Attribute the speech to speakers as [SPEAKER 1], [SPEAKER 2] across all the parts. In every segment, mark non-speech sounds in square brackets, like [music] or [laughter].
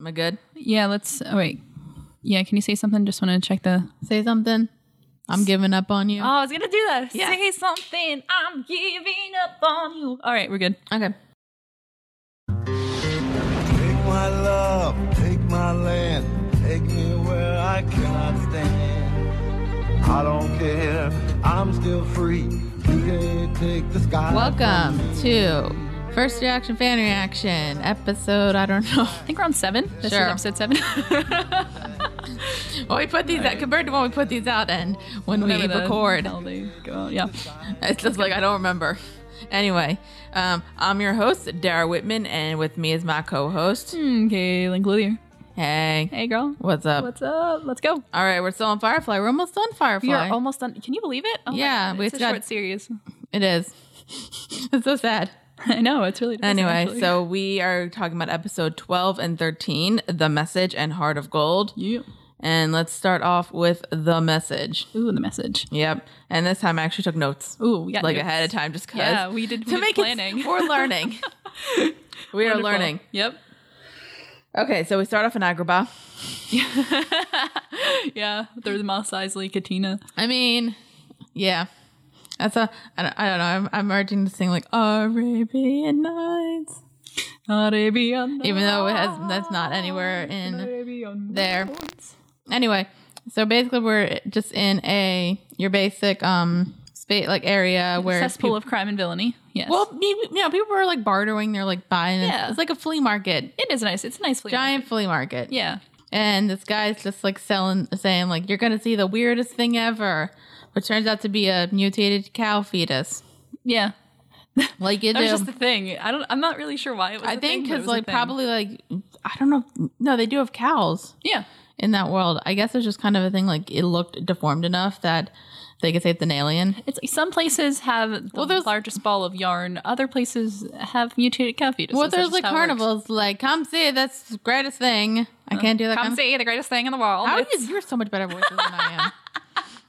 [SPEAKER 1] Am I good?
[SPEAKER 2] Yeah, let's. Oh, wait. Yeah, can you say something? Just want to check the. Say something. I'm giving up on you.
[SPEAKER 1] Oh, I was gonna do that.
[SPEAKER 2] Yeah.
[SPEAKER 1] Say something. I'm giving up on you.
[SPEAKER 2] All right, we're good.
[SPEAKER 1] Okay.
[SPEAKER 3] Take my love, take my land, take me where I cannot stand. I don't care, I'm still free. You can't take the sky.
[SPEAKER 2] Welcome
[SPEAKER 3] from me.
[SPEAKER 2] to.
[SPEAKER 4] First reaction, fan reaction episode. I don't know. [laughs]
[SPEAKER 2] I think we're on seven. This
[SPEAKER 4] Sure.
[SPEAKER 2] is episode seven.
[SPEAKER 4] when we put these out, compared to when we put these out and when we
[SPEAKER 2] Whatever the
[SPEAKER 4] record,
[SPEAKER 2] hell they go on, Yeah.
[SPEAKER 4] [laughs] it's just like I don't remember. Anyway, um, I'm your host, Dara Whitman, and with me is my co-host.
[SPEAKER 2] Hmm, Okay, Link Luthier.
[SPEAKER 4] Hey,
[SPEAKER 2] Hey, girl.
[SPEAKER 4] what's up?
[SPEAKER 2] What's up? Let's go.
[SPEAKER 4] All right, we're still on Firefly. We're almost done Firefly.
[SPEAKER 2] We are almost done. Can you believe it? Oh my
[SPEAKER 4] Yeah,
[SPEAKER 2] God,
[SPEAKER 4] we
[SPEAKER 2] it's a
[SPEAKER 4] got-
[SPEAKER 2] short series. [laughs]
[SPEAKER 4] it is. [laughs] it's so sad.
[SPEAKER 2] I know it's really depressing,
[SPEAKER 4] Anyway,
[SPEAKER 2] actually.
[SPEAKER 4] so we are talking about episode 12 and 13, The Message and Heart of Gold.
[SPEAKER 2] you.
[SPEAKER 4] And let's start off with The Message.
[SPEAKER 2] Ooh, the message.
[SPEAKER 4] Yep. And this time I actually took notes.
[SPEAKER 2] Ooh, we got
[SPEAKER 4] like
[SPEAKER 2] notes.
[SPEAKER 4] ahead of time just because.
[SPEAKER 2] Yeah, we did.
[SPEAKER 4] [laughs] to
[SPEAKER 2] We did
[SPEAKER 4] make
[SPEAKER 2] planning.
[SPEAKER 4] it we're learning.
[SPEAKER 2] [laughs]
[SPEAKER 4] we are
[SPEAKER 2] Wonderful.
[SPEAKER 4] learning.
[SPEAKER 2] Yep.
[SPEAKER 4] Okay, so we start off in Agrabah.
[SPEAKER 2] Yeah, they're the Mos Eisley Katina.
[SPEAKER 4] I mean, yeah. That's a I don't, I don't know. I'm I'm urging to sing like Arabian Nights.
[SPEAKER 2] Arabian.
[SPEAKER 4] Even though it has that's not anywhere in
[SPEAKER 2] Arabian.
[SPEAKER 4] there. Anyway, so basically we're just in a your basic um space like area where
[SPEAKER 2] Cesspool
[SPEAKER 4] people-
[SPEAKER 2] of crime and villainy. Yes.
[SPEAKER 4] well, maybe- you know, people are like bartering, they're like buying.
[SPEAKER 2] Yeah.
[SPEAKER 4] It's like a flea market,
[SPEAKER 2] it is nice. It's a nice flea. market.
[SPEAKER 4] giant flea market.
[SPEAKER 2] Yeah.
[SPEAKER 4] And this guy's just like selling, saying like, "You're gonna see the weirdest thing ever," which turns out to be a mutated cow fetus.
[SPEAKER 2] Yeah.
[SPEAKER 4] Like you
[SPEAKER 2] That was
[SPEAKER 4] do.
[SPEAKER 2] just the thing. I don't. I'm not really sure why it was.
[SPEAKER 4] I
[SPEAKER 2] a
[SPEAKER 4] think
[SPEAKER 2] thing, but it
[SPEAKER 4] because
[SPEAKER 2] was a
[SPEAKER 4] like
[SPEAKER 2] thing.
[SPEAKER 4] probably like I don't know. No, they do have cows
[SPEAKER 2] Yeah.
[SPEAKER 4] in that world. I guess it's just kind of a thing. Like it looked deformed enough that they could say it's an alien.
[SPEAKER 2] It's some places have the
[SPEAKER 4] Well, there's-
[SPEAKER 2] largest ball of yarn. Other places have mutated cow fetuses.
[SPEAKER 4] well,
[SPEAKER 2] That's
[SPEAKER 4] there's
[SPEAKER 2] just
[SPEAKER 4] like
[SPEAKER 2] how it works.
[SPEAKER 4] carnivals. Like come see, that's the greatest thing. I can't do that. kind
[SPEAKER 2] Uh, Come
[SPEAKER 4] of-
[SPEAKER 2] see the greatest thing in the world.
[SPEAKER 4] How
[SPEAKER 2] It's-
[SPEAKER 4] do you hear so much better voices than I am?
[SPEAKER 2] [laughs]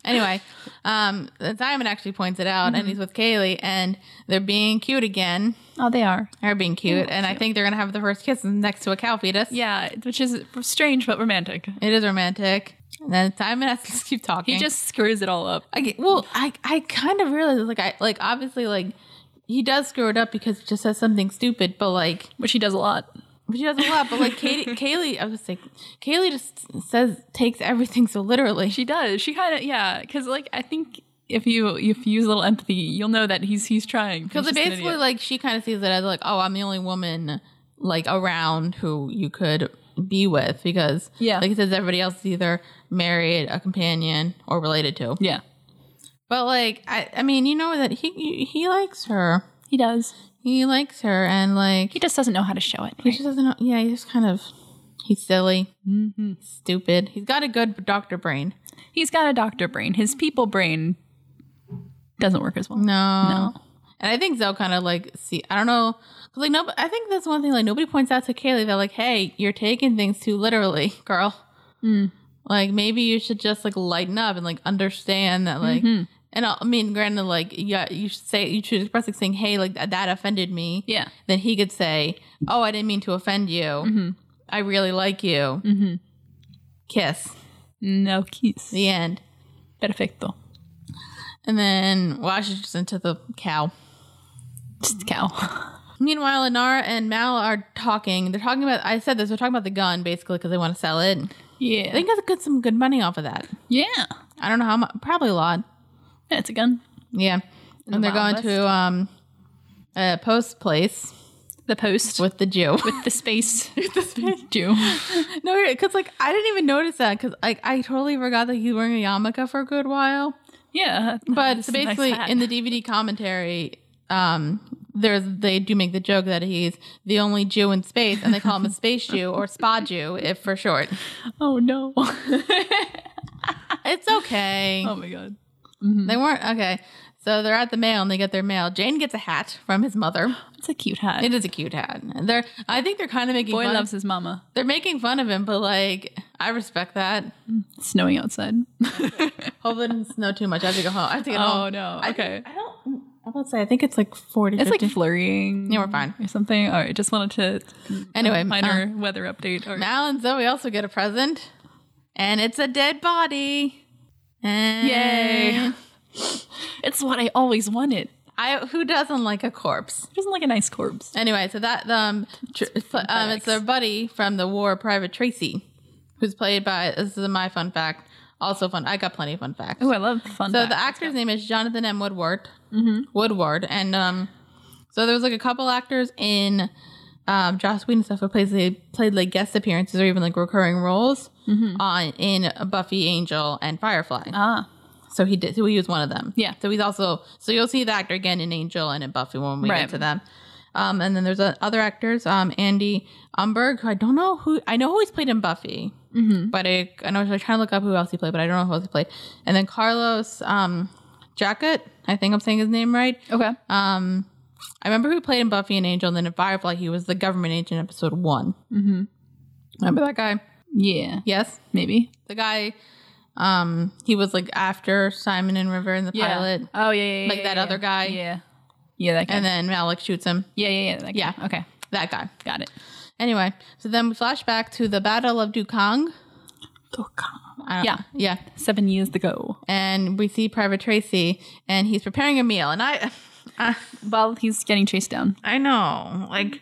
[SPEAKER 4] Anyway, um, Simon actually points it out,
[SPEAKER 2] Mm-hmm.
[SPEAKER 4] and he's with Kaylee, and they're being cute again.
[SPEAKER 2] Oh, they are.
[SPEAKER 4] They're being cute, and I
[SPEAKER 2] cute.
[SPEAKER 4] think they're gonna have the first kiss next to a cow fetus.
[SPEAKER 2] Yeah, which is strange but romantic.
[SPEAKER 4] it is romantic. And then Simon has to [laughs] just keep talking.
[SPEAKER 2] He just screws it all up.
[SPEAKER 4] I get, well, I, I kind of realized like I like obviously like he does screw it up because he just says something stupid, but like
[SPEAKER 2] which he does a lot.
[SPEAKER 4] But she does a lot. But like
[SPEAKER 2] [laughs]
[SPEAKER 4] Katie, Kaylee, I was like, Kaylee just says takes everything so literally.
[SPEAKER 2] She does. She kind of yeah, because like I think if you if you use a little empathy, you'll know that he's he's trying.
[SPEAKER 4] Because basically, like she kind of sees it as like, oh, I'm the only woman like around who you could be with because
[SPEAKER 2] Yeah.
[SPEAKER 4] like it says everybody else is either married, a companion, or related to.
[SPEAKER 2] yeah,
[SPEAKER 4] But like, I, I mean, you know that he he likes her.
[SPEAKER 2] he does.
[SPEAKER 4] He likes her, and like
[SPEAKER 2] He just doesn't know how to show it.
[SPEAKER 4] He just doesn't know. Yeah, he's just kind of. He's silly,
[SPEAKER 2] Mm-hmm.
[SPEAKER 4] stupid. He's got a good doctor brain.
[SPEAKER 2] He's got a doctor brain. His people brain doesn't work as well.
[SPEAKER 4] No. And I think Zoe kind of like see. I don't know. 'Cause, Like no, I think that's one thing. Like nobody points out to Kaylee that like, hey, you're taking things too literally, [laughs] girl. Mm. Like maybe you should just like lighten up and like understand that like. And uh, I I mean, granted, like yeah, you should say you should express like saying, hey, like that, that offended me.
[SPEAKER 2] Yeah.
[SPEAKER 4] Then he could say, oh, I didn't mean to offend you. I really like you. Mm-hmm. Kiss.
[SPEAKER 2] No keys.
[SPEAKER 4] The end.
[SPEAKER 2] Perfecto.
[SPEAKER 4] And then Washington's just into the cow.
[SPEAKER 2] Just cow.
[SPEAKER 4] Meanwhile, Inara and Mal are talking. They're talking about. I said this. They're talking about the gun basically because they want to sell it. I
[SPEAKER 2] [laughs] Yeah.
[SPEAKER 4] think that's good. Some good money off of that.
[SPEAKER 2] yeah.
[SPEAKER 4] I don't know how much. Probably a lot.
[SPEAKER 2] Yeah, it's a gun.
[SPEAKER 4] Yeah. And they're
[SPEAKER 2] Wild
[SPEAKER 4] going to um, a post place
[SPEAKER 2] The post with
[SPEAKER 4] with the Jew.
[SPEAKER 2] the space.
[SPEAKER 4] [laughs]
[SPEAKER 2] the [laughs] space Jew.
[SPEAKER 4] no, because like I didn't even notice that because like I totally forgot that he's wearing a yarmulke for a good while.
[SPEAKER 2] Yeah,
[SPEAKER 4] But
[SPEAKER 2] It's
[SPEAKER 4] so
[SPEAKER 2] a nice
[SPEAKER 4] basically,
[SPEAKER 2] hat.
[SPEAKER 4] in the DVD commentary, um, there's they do make the joke that he's the only Jew in space, and they call him a space Jew or spa Jew, if for short.
[SPEAKER 2] oh no.
[SPEAKER 4] It's okay.
[SPEAKER 2] oh mm-hmm. my god.
[SPEAKER 4] They weren't okay. So they're at the mail and they get their mail. Jane gets a hat from his mother.
[SPEAKER 2] It's a cute hat.
[SPEAKER 4] It is a cute hat. And they're I think they're kind of making
[SPEAKER 2] Boy
[SPEAKER 4] fun
[SPEAKER 2] loves his mama.
[SPEAKER 4] they're making fun of him, but like I respect that.
[SPEAKER 2] It's snowing outside.
[SPEAKER 4] Hopefully it doesn't snow too much. I have to go home. I have to get
[SPEAKER 2] Oh
[SPEAKER 4] home.
[SPEAKER 2] no.
[SPEAKER 4] I-
[SPEAKER 2] okay.
[SPEAKER 4] I don't I'm about to say I think it's like forty.
[SPEAKER 2] It's like
[SPEAKER 4] 50.
[SPEAKER 2] flurrying.
[SPEAKER 4] Yeah, we're fine.
[SPEAKER 2] Or something. All right. Just wanted to
[SPEAKER 4] anyway.
[SPEAKER 2] minor
[SPEAKER 4] uh,
[SPEAKER 2] weather update. Or,
[SPEAKER 4] Mal and Zoe also get a present, and it's a dead body. And
[SPEAKER 2] Yay. it's what I always wanted.
[SPEAKER 4] I who doesn't like a corpse?
[SPEAKER 2] It doesn't like a nice corpse.
[SPEAKER 4] Anyway, so that um, tr- um it's their buddy from the war, Private Tracy, who's played by this is my fun fact. Also fun. I got plenty of fun facts.
[SPEAKER 2] Oh, I love fun.
[SPEAKER 4] so
[SPEAKER 2] facts.
[SPEAKER 4] the actor's name is Jonathan M. Woodward. Woodward, and um, so there was like a couple actors in um, Joss Whedon stuff who plays they played like guest appearances or even like recurring roles on in Buffy, Angel, and Firefly.
[SPEAKER 2] ah,
[SPEAKER 4] So he did. So he was one of them.
[SPEAKER 2] Yeah.
[SPEAKER 4] So he's also. So you'll see the actor again in Angel and in Buffy when we
[SPEAKER 2] Right.
[SPEAKER 4] get to them. Um, and then there's uh, other actors. Um, Andy Umberg, who I don't know who I know who he's played in Buffy, mm-hmm. but I, I know I was trying to look up who else he played, but I don't know who else he played. And then Carlos um, Jacket, I think I'm saying his name right.
[SPEAKER 2] okay.
[SPEAKER 4] Um, I remember who played in Buffy and Angel, and then in Firefly, he was the government agent in episode one. Mm-hmm. Remember that guy?
[SPEAKER 2] yeah,
[SPEAKER 4] Yes,
[SPEAKER 2] maybe.
[SPEAKER 4] the guy. Um, he was like after Simon and River in the pilot.
[SPEAKER 2] Oh yeah, yeah, yeah,
[SPEAKER 4] Like
[SPEAKER 2] yeah,
[SPEAKER 4] that
[SPEAKER 2] yeah.
[SPEAKER 4] other guy.
[SPEAKER 2] Yeah, yeah, that guy.
[SPEAKER 4] And then Malik shoots him.
[SPEAKER 2] yeah, yeah, yeah, that guy.
[SPEAKER 4] Yeah.
[SPEAKER 2] Okay,
[SPEAKER 4] That guy.
[SPEAKER 2] got it.
[SPEAKER 4] Anyway, so then we flash back to the Battle of Dukang. I don't-
[SPEAKER 2] Yeah.
[SPEAKER 4] Yeah.
[SPEAKER 2] Seven years to go.
[SPEAKER 4] And we see Private Tracy and he's preparing a meal. And I [laughs] I,
[SPEAKER 2] While he's getting chased down,
[SPEAKER 4] I know. Like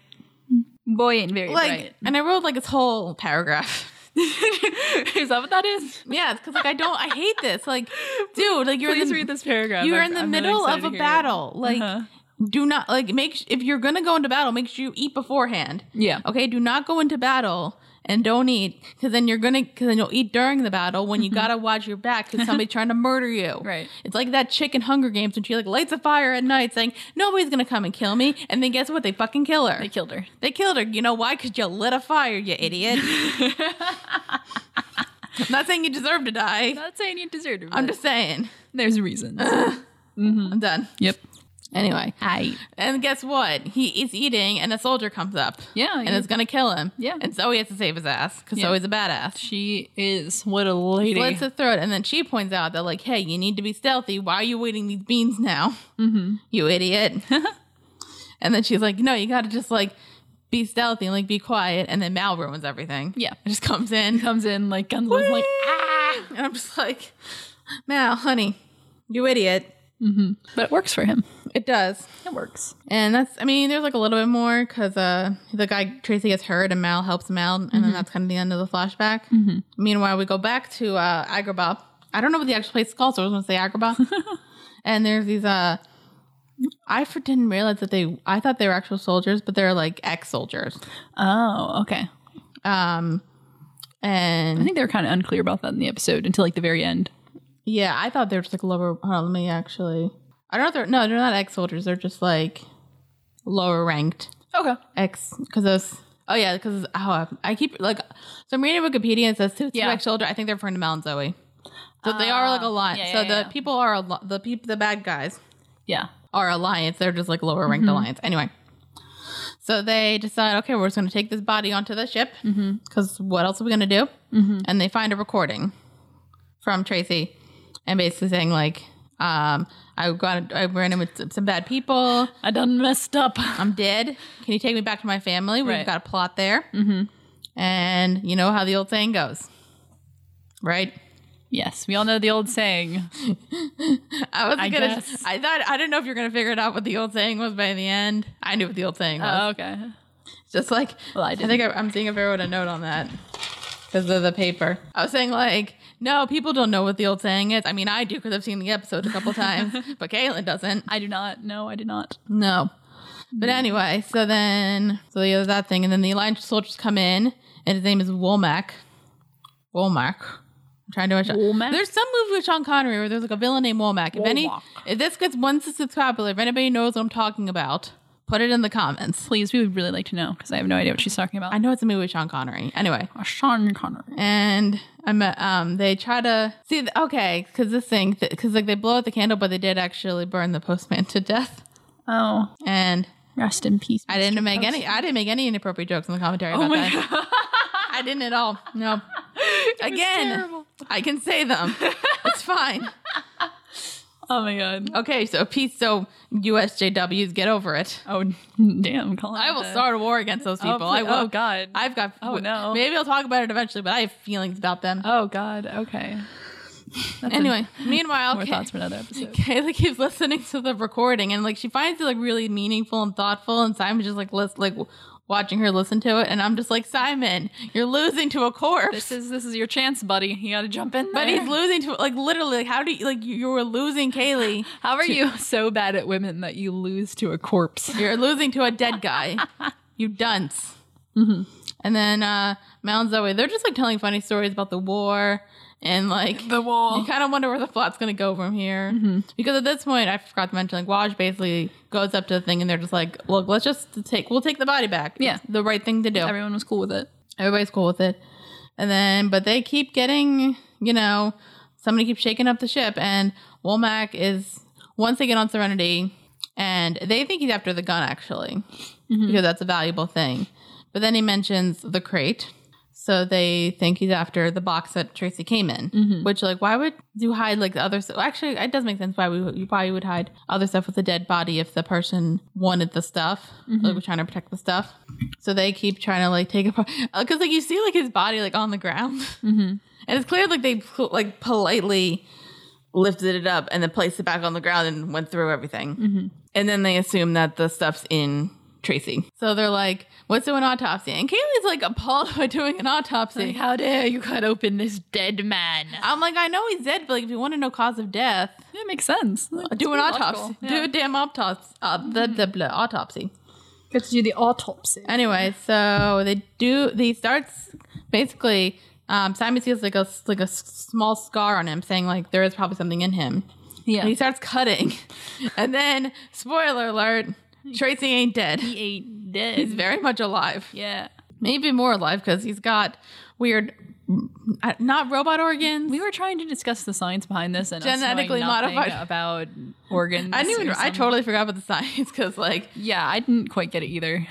[SPEAKER 2] boy ain't very
[SPEAKER 4] like
[SPEAKER 2] bright. [laughs]
[SPEAKER 4] and I wrote like this whole paragraph. [laughs]
[SPEAKER 2] is that what that is?
[SPEAKER 4] Yeah, because like I don't I hate this. Like, dude, like you're in
[SPEAKER 2] Please
[SPEAKER 4] the,
[SPEAKER 2] read this paragraph.
[SPEAKER 4] you're
[SPEAKER 2] I'm-
[SPEAKER 4] in the
[SPEAKER 2] I'm really
[SPEAKER 4] middle
[SPEAKER 2] excited
[SPEAKER 4] of
[SPEAKER 2] to
[SPEAKER 4] a
[SPEAKER 2] hear it.
[SPEAKER 4] battle. Like
[SPEAKER 2] Uh-huh.
[SPEAKER 4] do not like make sh- if you're gonna go into battle, make sure you eat beforehand.
[SPEAKER 2] Yeah.
[SPEAKER 4] Okay, do not go into battle and don't eat because then you're gonna because then you'll eat during the battle when you gotta watch your back
[SPEAKER 2] [laughs]
[SPEAKER 4] because somebody's trying to murder you.
[SPEAKER 2] Mm-hmm. Right.
[SPEAKER 4] It's like that chick in Hunger Games when she like lights a fire at night saying nobody's gonna come and kill me, and then guess what? They fucking kill her.
[SPEAKER 2] They killed her.
[SPEAKER 4] They killed her. You know why? Because you lit a fire, you
[SPEAKER 2] [laughs]
[SPEAKER 4] idiot. [laughs] I'm not saying you deserve to die.
[SPEAKER 2] Not saying you deserved it.
[SPEAKER 4] I'm just saying.
[SPEAKER 2] there's [laughs] reasons.
[SPEAKER 4] I'm done.
[SPEAKER 2] yep.
[SPEAKER 4] Anyway.
[SPEAKER 2] I.
[SPEAKER 4] And guess what? He is eating, and a soldier comes up.
[SPEAKER 2] Yeah,
[SPEAKER 4] and
[SPEAKER 2] yeah.
[SPEAKER 4] it's gonna kill him.
[SPEAKER 2] Yeah.
[SPEAKER 4] and Zoe has to save his ass because
[SPEAKER 2] Yeah.
[SPEAKER 4] Zoe's a badass. She
[SPEAKER 2] She is what a lady.
[SPEAKER 4] slits his throat, and then she points out that like, hey, you need to be stealthy. Why are you waiting these beans now? Mm-hmm. [laughs] You idiot.
[SPEAKER 2] [laughs]
[SPEAKER 4] and then she's like, no, you gotta just like be stealthy and like be quiet. And then Mal ruins everything.
[SPEAKER 2] Yeah.
[SPEAKER 4] and just comes in,
[SPEAKER 2] comes in like guns like
[SPEAKER 4] ah, and I'm just like, Mal, honey, you idiot.
[SPEAKER 2] but it works for him.
[SPEAKER 4] It does.
[SPEAKER 2] It works.
[SPEAKER 4] And that's, I mean, there's like a little bit more because uh, the guy Tracy gets hurt and Mal helps him out, and
[SPEAKER 2] Mm-hmm.
[SPEAKER 4] then that's kind of the end of the flashback. Meanwhile, we go back to uh, Agrabah. I don't know what the actual place is called, so I was going to say
[SPEAKER 2] [laughs]
[SPEAKER 4] Agrabah. and there's these, uh, I for didn't realize that they, I thought they were actual soldiers, but they're like ex soldiers.
[SPEAKER 2] Oh, okay.
[SPEAKER 4] Um,
[SPEAKER 2] I
[SPEAKER 4] and
[SPEAKER 2] think they were kind of unclear about that in the episode until like the very end.
[SPEAKER 4] yeah, I thought they were just like lower, hold on, let me actually, I don't know if they're, no, they're not ex soldiers, they're just like lower ranked.
[SPEAKER 2] Okay.
[SPEAKER 4] X because those. Oh yeah, because oh, I- I keep like so I'm reading Wikipedia and it says two, two
[SPEAKER 2] Yeah. Ah,
[SPEAKER 4] X shoulder. I think they're referring to Mel and Zoe. So they are like a lot.
[SPEAKER 2] yeah,
[SPEAKER 4] so
[SPEAKER 2] yeah,
[SPEAKER 4] the
[SPEAKER 2] yeah.
[SPEAKER 4] people are a lo- the people the bad guys
[SPEAKER 2] Yeah.
[SPEAKER 4] are alliance. They're just like lower
[SPEAKER 2] Mm-hmm.
[SPEAKER 4] ranked alliance. Anyway, so they decide okay, we're just going to take this body onto the ship
[SPEAKER 2] Mm-hmm.
[SPEAKER 4] because what else are we going to do? And they find a recording from Tracy and basically saying like. Um, I got I ran in with some bad people.
[SPEAKER 2] I done messed up. [laughs]
[SPEAKER 4] I'm dead. Can you take me back to my family? We've
[SPEAKER 2] Right.
[SPEAKER 4] got a plot there. Mm-hmm. And you know how the old saying goes, right? [laughs]
[SPEAKER 2] Yes, we all know the old saying.
[SPEAKER 4] I was
[SPEAKER 2] I
[SPEAKER 4] not gonna.
[SPEAKER 2] guess.
[SPEAKER 4] I thought I didn't know if you're gonna figure it out what the old saying was by the end. I knew what the old saying was.
[SPEAKER 2] Oh, okay.
[SPEAKER 4] Just like
[SPEAKER 2] Well, I
[SPEAKER 4] I think I, I'm seeing if I wrote a note on that because of the paper. I was saying like, no, people don't know what the old saying is. I mean, I do because I've seen the episode a
[SPEAKER 2] [laughs]
[SPEAKER 4] couple times, but Caitlin doesn't.
[SPEAKER 2] I do not. No, I do not.
[SPEAKER 4] No.
[SPEAKER 2] Hmm.
[SPEAKER 4] But anyway, so then so the other that thing, and then the Alliance soldiers come in, and his name is Womack. Womack. I'm trying to watch
[SPEAKER 2] Womack?
[SPEAKER 4] There's some movie with Sean Connery where there's like a villain named Womack. If any
[SPEAKER 2] Womack.
[SPEAKER 4] if this gets once this gets popular, if anybody knows what I'm talking about, put it in the comments.
[SPEAKER 2] Please, we would really like to know because I have no idea what she's talking about.
[SPEAKER 4] I know it's a movie with Sean Connery. Anyway.
[SPEAKER 2] Sean Connery.
[SPEAKER 4] And I'm uh, um they try to see th- okay because this thing because like they blow out the candle but they did actually burn the postman to death
[SPEAKER 2] Oh,
[SPEAKER 4] and
[SPEAKER 2] rest in peace.
[SPEAKER 4] I didn't make any. I didn't make any inappropriate jokes in the commentary about
[SPEAKER 2] Oh my
[SPEAKER 4] that. [laughs] I didn't at all.
[SPEAKER 2] [laughs]
[SPEAKER 4] No. Again,
[SPEAKER 2] terrible. [laughs]
[SPEAKER 4] I can say them. It's fine.
[SPEAKER 2] Oh my god.
[SPEAKER 4] Okay, so peace. So USJWs, get over it.
[SPEAKER 2] Oh damn, Colin.
[SPEAKER 4] I will start a war against those people.
[SPEAKER 2] Oh,
[SPEAKER 4] I will.
[SPEAKER 2] Oh god.
[SPEAKER 4] I've got.
[SPEAKER 2] Oh, no.
[SPEAKER 4] Maybe I'll talk about it eventually, but I have feelings about them.
[SPEAKER 2] oh god. Okay. That's a-
[SPEAKER 4] anyway, meanwhile,
[SPEAKER 2] more
[SPEAKER 4] Kay-
[SPEAKER 2] thoughts for another episode.
[SPEAKER 4] Kayla keeps listening to the recording, and like she finds it like really meaningful and thoughtful. And Simon's just like lis- like w- watching her listen to it, and I'm just like Simon, you're losing to a corpse.
[SPEAKER 2] This is this is your chance, buddy. You got to jump in.
[SPEAKER 4] but
[SPEAKER 2] there.
[SPEAKER 4] he's losing to like literally. Like how do you like you, you were losing Kaylee?
[SPEAKER 2] How are you so bad at women that you lose to a corpse?
[SPEAKER 4] You're losing to a dead
[SPEAKER 2] [laughs]
[SPEAKER 4] guy. you dunce.
[SPEAKER 2] Mm-hmm.
[SPEAKER 4] And then uh, Mal and Zoe, they're just like telling funny stories about the war and like
[SPEAKER 2] The Mm-hmm. wall.
[SPEAKER 4] You kind of wonder where the plot's going to go from here. Because at this point, I forgot to mention, like, Waj basically goes up to the thing and they're just like, look, let's just take, we'll take the body back.
[SPEAKER 2] Yeah.
[SPEAKER 4] It's The right thing to do.
[SPEAKER 2] Everyone was cool with it.
[SPEAKER 4] Everybody's cool with it. And then, but they keep getting, you know, somebody keeps shaking up the ship. And Womack is, once they get on Serenity, and they think he's after the gun, actually, because that's a valuable thing. But then he mentions the crate. So they think he's after the box that Tracy came in, which, like, why would you hide, like, the other stuff? Actually, it does make sense why we, you probably would hide other stuff with the dead body if the person wanted the stuff. Like, we're trying to protect the stuff. So they keep trying to like take apart because like you see like his body like on the ground, [laughs] and it's clear like they pl- like politely lifted it up and then placed it back on the ground and went through everything, and then they assume that the stuff's in Tracy. So they're like, "Let's do an autopsy," and Kaylee's like appalled [laughs] by doing an autopsy.
[SPEAKER 2] how dare you cut open this dead man?
[SPEAKER 4] I'm like, I know he's dead, but like if you want to know cause of death,
[SPEAKER 2] That makes sense.
[SPEAKER 4] do an autopsy. Do
[SPEAKER 2] Yeah.
[SPEAKER 4] a damn autopsy. Uh, the, the, the autopsy.
[SPEAKER 2] Get to do the autopsy.
[SPEAKER 4] Anyway, so they do. They starts basically. Um, Simon sees like a like a s- small scar on him, saying like there is probably something in him.
[SPEAKER 2] Yeah.
[SPEAKER 4] And he starts cutting, [laughs] and then spoiler alert: Tracy ain't dead.
[SPEAKER 2] he ain't dead.
[SPEAKER 4] He's very much alive,
[SPEAKER 2] yeah.
[SPEAKER 4] maybe more alive because he's got weird, uh, not robot organs.
[SPEAKER 2] We were trying to discuss the science behind this and us knowing
[SPEAKER 4] Genetically
[SPEAKER 2] nothing
[SPEAKER 4] modified-
[SPEAKER 2] about organs.
[SPEAKER 4] I didn't
[SPEAKER 2] or
[SPEAKER 4] even. I
[SPEAKER 2] something.
[SPEAKER 4] totally forgot about the science because like
[SPEAKER 2] Yeah, I didn't quite get it either.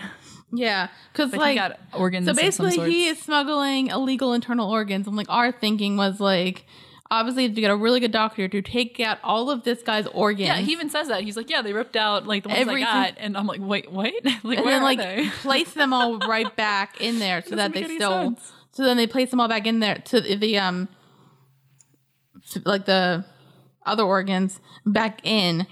[SPEAKER 4] yeah, because
[SPEAKER 2] But
[SPEAKER 4] like
[SPEAKER 2] he got organs.
[SPEAKER 4] So
[SPEAKER 2] of some
[SPEAKER 4] basically,
[SPEAKER 2] sorts.
[SPEAKER 4] he is smuggling illegal internal organs. And like our thinking was like, obviously, if you get a really good doctor to take out all of this guy's organs,
[SPEAKER 2] Yeah, he even says that. He's like, yeah, they ripped out like the ones
[SPEAKER 4] Everything.
[SPEAKER 2] I got, and I'm like, wait, what? [laughs] like,
[SPEAKER 4] and
[SPEAKER 2] where
[SPEAKER 4] then
[SPEAKER 2] are
[SPEAKER 4] like
[SPEAKER 2] they?
[SPEAKER 4] place them
[SPEAKER 2] [laughs]
[SPEAKER 4] all right back in there so
[SPEAKER 2] Doesn't
[SPEAKER 4] that they
[SPEAKER 2] make any
[SPEAKER 4] still.
[SPEAKER 2] sense.
[SPEAKER 4] So then they place them all back in there to the, the um, to, like the other organs back in.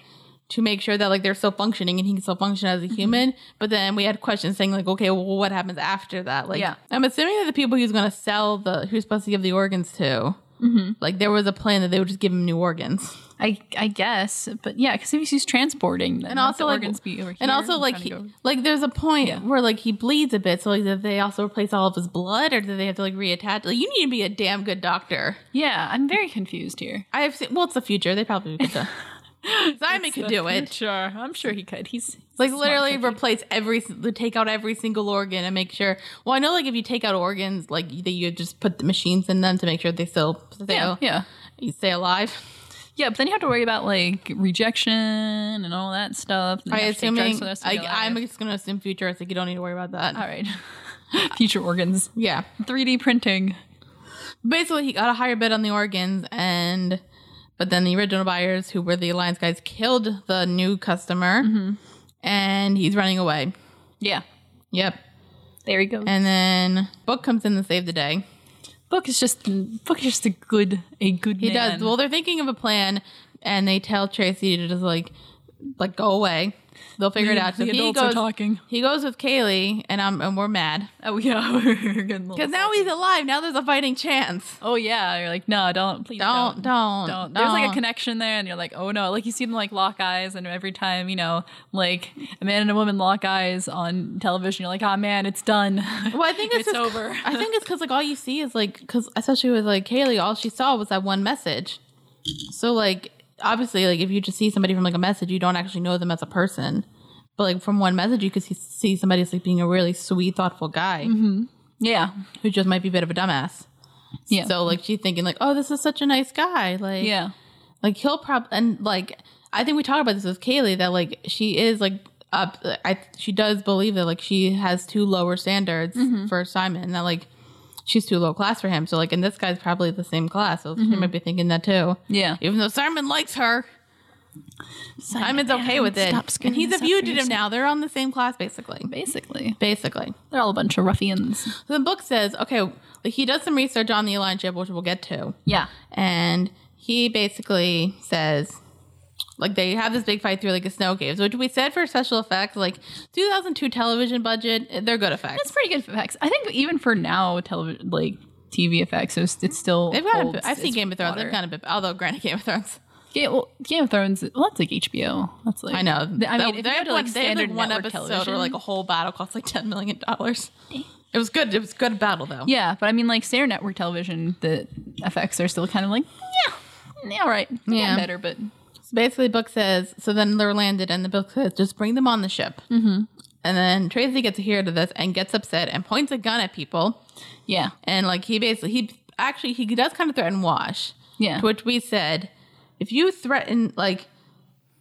[SPEAKER 4] To make sure that like they're still functioning and he can still function as a
[SPEAKER 2] Mm-hmm.
[SPEAKER 4] human, but then we had questions saying like, okay, well, what happens after that? Like,
[SPEAKER 2] Yeah.
[SPEAKER 4] I'm assuming that the people he's going to sell the who's supposed to give the organs to,
[SPEAKER 2] Mm-hmm.
[SPEAKER 4] Like there was a plan that they would just give him new organs,
[SPEAKER 2] I I guess, but yeah, because if he's transporting, then
[SPEAKER 4] and
[SPEAKER 2] let
[SPEAKER 4] also
[SPEAKER 2] the
[SPEAKER 4] like,
[SPEAKER 2] organs be over here.
[SPEAKER 4] and also like
[SPEAKER 2] kinda
[SPEAKER 4] he,
[SPEAKER 2] go-
[SPEAKER 4] like there's a point where like he bleeds a bit, so like did they also replace all of his blood, or do they have to like reattach? Like you need to be a damn good doctor.
[SPEAKER 2] yeah, I'm very confused here.
[SPEAKER 4] I have seen, well, it's the future. They probably could.
[SPEAKER 2] [laughs]
[SPEAKER 4] do- Simon could do it.
[SPEAKER 2] Sure, I'm sure he could. He's
[SPEAKER 4] Like literally replace every, take out every single organ and make sure. Well, I know like if you take out organs, like that you just put the machines in them to make sure they still stay,
[SPEAKER 2] yeah, yeah,
[SPEAKER 4] you stay alive.
[SPEAKER 2] yeah. But then you have to worry about like rejection and all that stuff. and
[SPEAKER 4] I
[SPEAKER 2] you have to take drugs
[SPEAKER 4] assuming
[SPEAKER 2] for the rest of
[SPEAKER 4] I,
[SPEAKER 2] your
[SPEAKER 4] I'm
[SPEAKER 2] life.
[SPEAKER 4] just gonna assume future. It's like you don't need to worry about that.
[SPEAKER 2] all right. [laughs] Future organs,
[SPEAKER 4] Yeah.
[SPEAKER 2] 3D printing.
[SPEAKER 4] Basically, he got a higher bid on the organs, and but then the original buyers, who were the alliance guys, killed the new customer,
[SPEAKER 2] Mm-hmm.
[SPEAKER 4] and he's running away.
[SPEAKER 2] Yeah,
[SPEAKER 4] Yep.
[SPEAKER 2] there you go.
[SPEAKER 4] And then Book comes in to save the day.
[SPEAKER 2] book is just book is just a good a good.
[SPEAKER 4] He does. Well, they're thinking of a plan, and they tell Tracy to just like, like go away. They'll figure it
[SPEAKER 2] The-
[SPEAKER 4] out. So
[SPEAKER 2] the
[SPEAKER 4] he
[SPEAKER 2] adults are
[SPEAKER 4] goes.
[SPEAKER 2] talking.
[SPEAKER 4] He goes with Kaylee, and I'm and we're mad
[SPEAKER 2] oh yeah, [laughs] we're getting a little-
[SPEAKER 4] because now he's alive. Now there's a fighting chance.
[SPEAKER 2] Oh yeah, you're like no, don't please
[SPEAKER 4] Don't, don't,
[SPEAKER 2] don't. There's like a
[SPEAKER 4] don't.
[SPEAKER 2] connection there, and you're like oh no, like you see them like lock eyes, and every time you know like a man and a woman lock eyes on television, you're like oh man, it's done.
[SPEAKER 4] Well, I
[SPEAKER 2] [laughs]
[SPEAKER 4] think it's,
[SPEAKER 2] It's
[SPEAKER 4] just-
[SPEAKER 2] over.
[SPEAKER 4] I think it's because like all you see is like because especially with like Kaylee, all she saw was that one message. So like obviously, like if you just see somebody from like a message, you don't actually know them as a person. But like from one message, you could see, see somebody's like being a really sweet, thoughtful guy
[SPEAKER 2] Mm-hmm. yeah,
[SPEAKER 4] who just might be a bit of a dumbass.
[SPEAKER 2] yeah,
[SPEAKER 4] So like she's thinking like, oh, this is such a nice guy. Like
[SPEAKER 2] yeah,
[SPEAKER 4] like he'll probably and like I think we talked about this with Kaylee that like she is like up I she does believe that like she has too lower standards
[SPEAKER 2] Mm-hmm.
[SPEAKER 4] for Simon and that like she's too low class for him so like and this guy's probably the same class so she might be thinking that too
[SPEAKER 2] Mm-hmm. yeah.
[SPEAKER 4] even though Simon likes her Simon's okay with it.
[SPEAKER 2] Stop screwing
[SPEAKER 4] and he's a
[SPEAKER 2] this up for
[SPEAKER 4] fugitive
[SPEAKER 2] yourself.
[SPEAKER 4] now. They're on the same class, basically.
[SPEAKER 2] Basically,
[SPEAKER 4] Basically.
[SPEAKER 2] they're all a bunch of ruffians.
[SPEAKER 4] So the book says, okay, like he does some research on the alliance ship, which we'll get to.
[SPEAKER 2] Yeah.
[SPEAKER 4] And he basically says, like, they have this big fight through, like, a snow caves, which we said for special effects, like, 2002 television budget, they're good effects.
[SPEAKER 2] That's pretty good effects. I think even for now, television like TV effects, it's, it's still.
[SPEAKER 4] They've got.
[SPEAKER 2] holds
[SPEAKER 4] A, I've seen
[SPEAKER 2] its
[SPEAKER 4] Game of Thrones.
[SPEAKER 2] water.
[SPEAKER 4] They've got a bit. Although, granted, Game of Thrones.
[SPEAKER 2] Game, well, Game of Thrones. Well, that's like HBO. That's like
[SPEAKER 4] I know.
[SPEAKER 2] Th- I
[SPEAKER 4] That-
[SPEAKER 2] mean, if
[SPEAKER 4] they
[SPEAKER 2] you go
[SPEAKER 4] had
[SPEAKER 2] to
[SPEAKER 4] one-
[SPEAKER 2] like
[SPEAKER 4] they had,
[SPEAKER 2] standard
[SPEAKER 4] one
[SPEAKER 2] network
[SPEAKER 4] episode
[SPEAKER 2] television,
[SPEAKER 4] where like a whole battle cost like ten million dollars. It was good. It was good battle though.
[SPEAKER 2] yeah. But I mean, like standard network television, the effects are still kind of like yeah, yeah, all right,
[SPEAKER 4] Yeah.
[SPEAKER 2] yeah, better, but
[SPEAKER 4] So basically, the book says. So then they're landed, and the book says, "Just bring them on the ship." Mm-hmm. And then Tracy gets to hear to this and gets upset and points a gun at people.
[SPEAKER 2] yeah,
[SPEAKER 4] And like he basically, he actually he does kind of threaten Wash.
[SPEAKER 2] yeah.
[SPEAKER 4] To which we said, if you threaten like,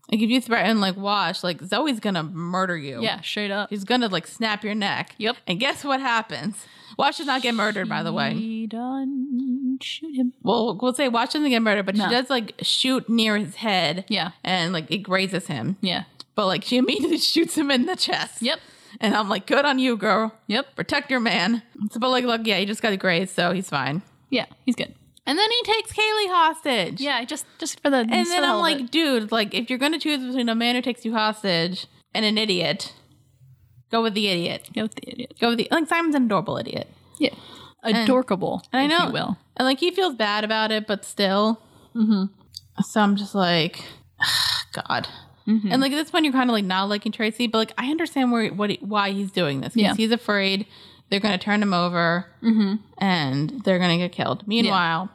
[SPEAKER 4] like if you threaten like Wash, like Zoe's gonna murder you.
[SPEAKER 2] Yeah, straight up.
[SPEAKER 4] He's gonna like snap your neck.
[SPEAKER 2] Yep.
[SPEAKER 4] And guess what happens? Wash does not get murdered, by the way.
[SPEAKER 2] He done shoot him.
[SPEAKER 4] Well, we'll say Wash doesn't get murdered, but she
[SPEAKER 2] No.
[SPEAKER 4] does like shoot near his head.
[SPEAKER 2] Yeah.
[SPEAKER 4] And like it grazes him.
[SPEAKER 2] Yeah.
[SPEAKER 4] But like she immediately [laughs] shoots him in the chest.
[SPEAKER 2] Yep.
[SPEAKER 4] And I'm like, good on you, girl.
[SPEAKER 2] Yep.
[SPEAKER 4] Protect your man. So, but like, look, yeah, he just got grazed, so he's fine.
[SPEAKER 2] Yeah, he's good.
[SPEAKER 4] And then he takes Kaylee hostage.
[SPEAKER 2] Yeah, just just for the
[SPEAKER 4] And then I'm like, dude, like if you're gonna choose between a man who takes you hostage and an idiot, go with the idiot.
[SPEAKER 2] go with the idiot.
[SPEAKER 4] Go with the like Simon's an adorable idiot.
[SPEAKER 2] Yeah, adorkable.
[SPEAKER 4] And I know,
[SPEAKER 2] if you will.
[SPEAKER 4] And like he feels bad about it, but still. Mm-hmm. So I'm just like, [sighs] God.
[SPEAKER 2] Mm-hmm.
[SPEAKER 4] And like at this point, you're kind of like not liking Tracy, but like I understand where what he, why he's doing this because
[SPEAKER 2] Yeah.
[SPEAKER 4] he's afraid they're going to turn him over and they're going to get killed. Meanwhile,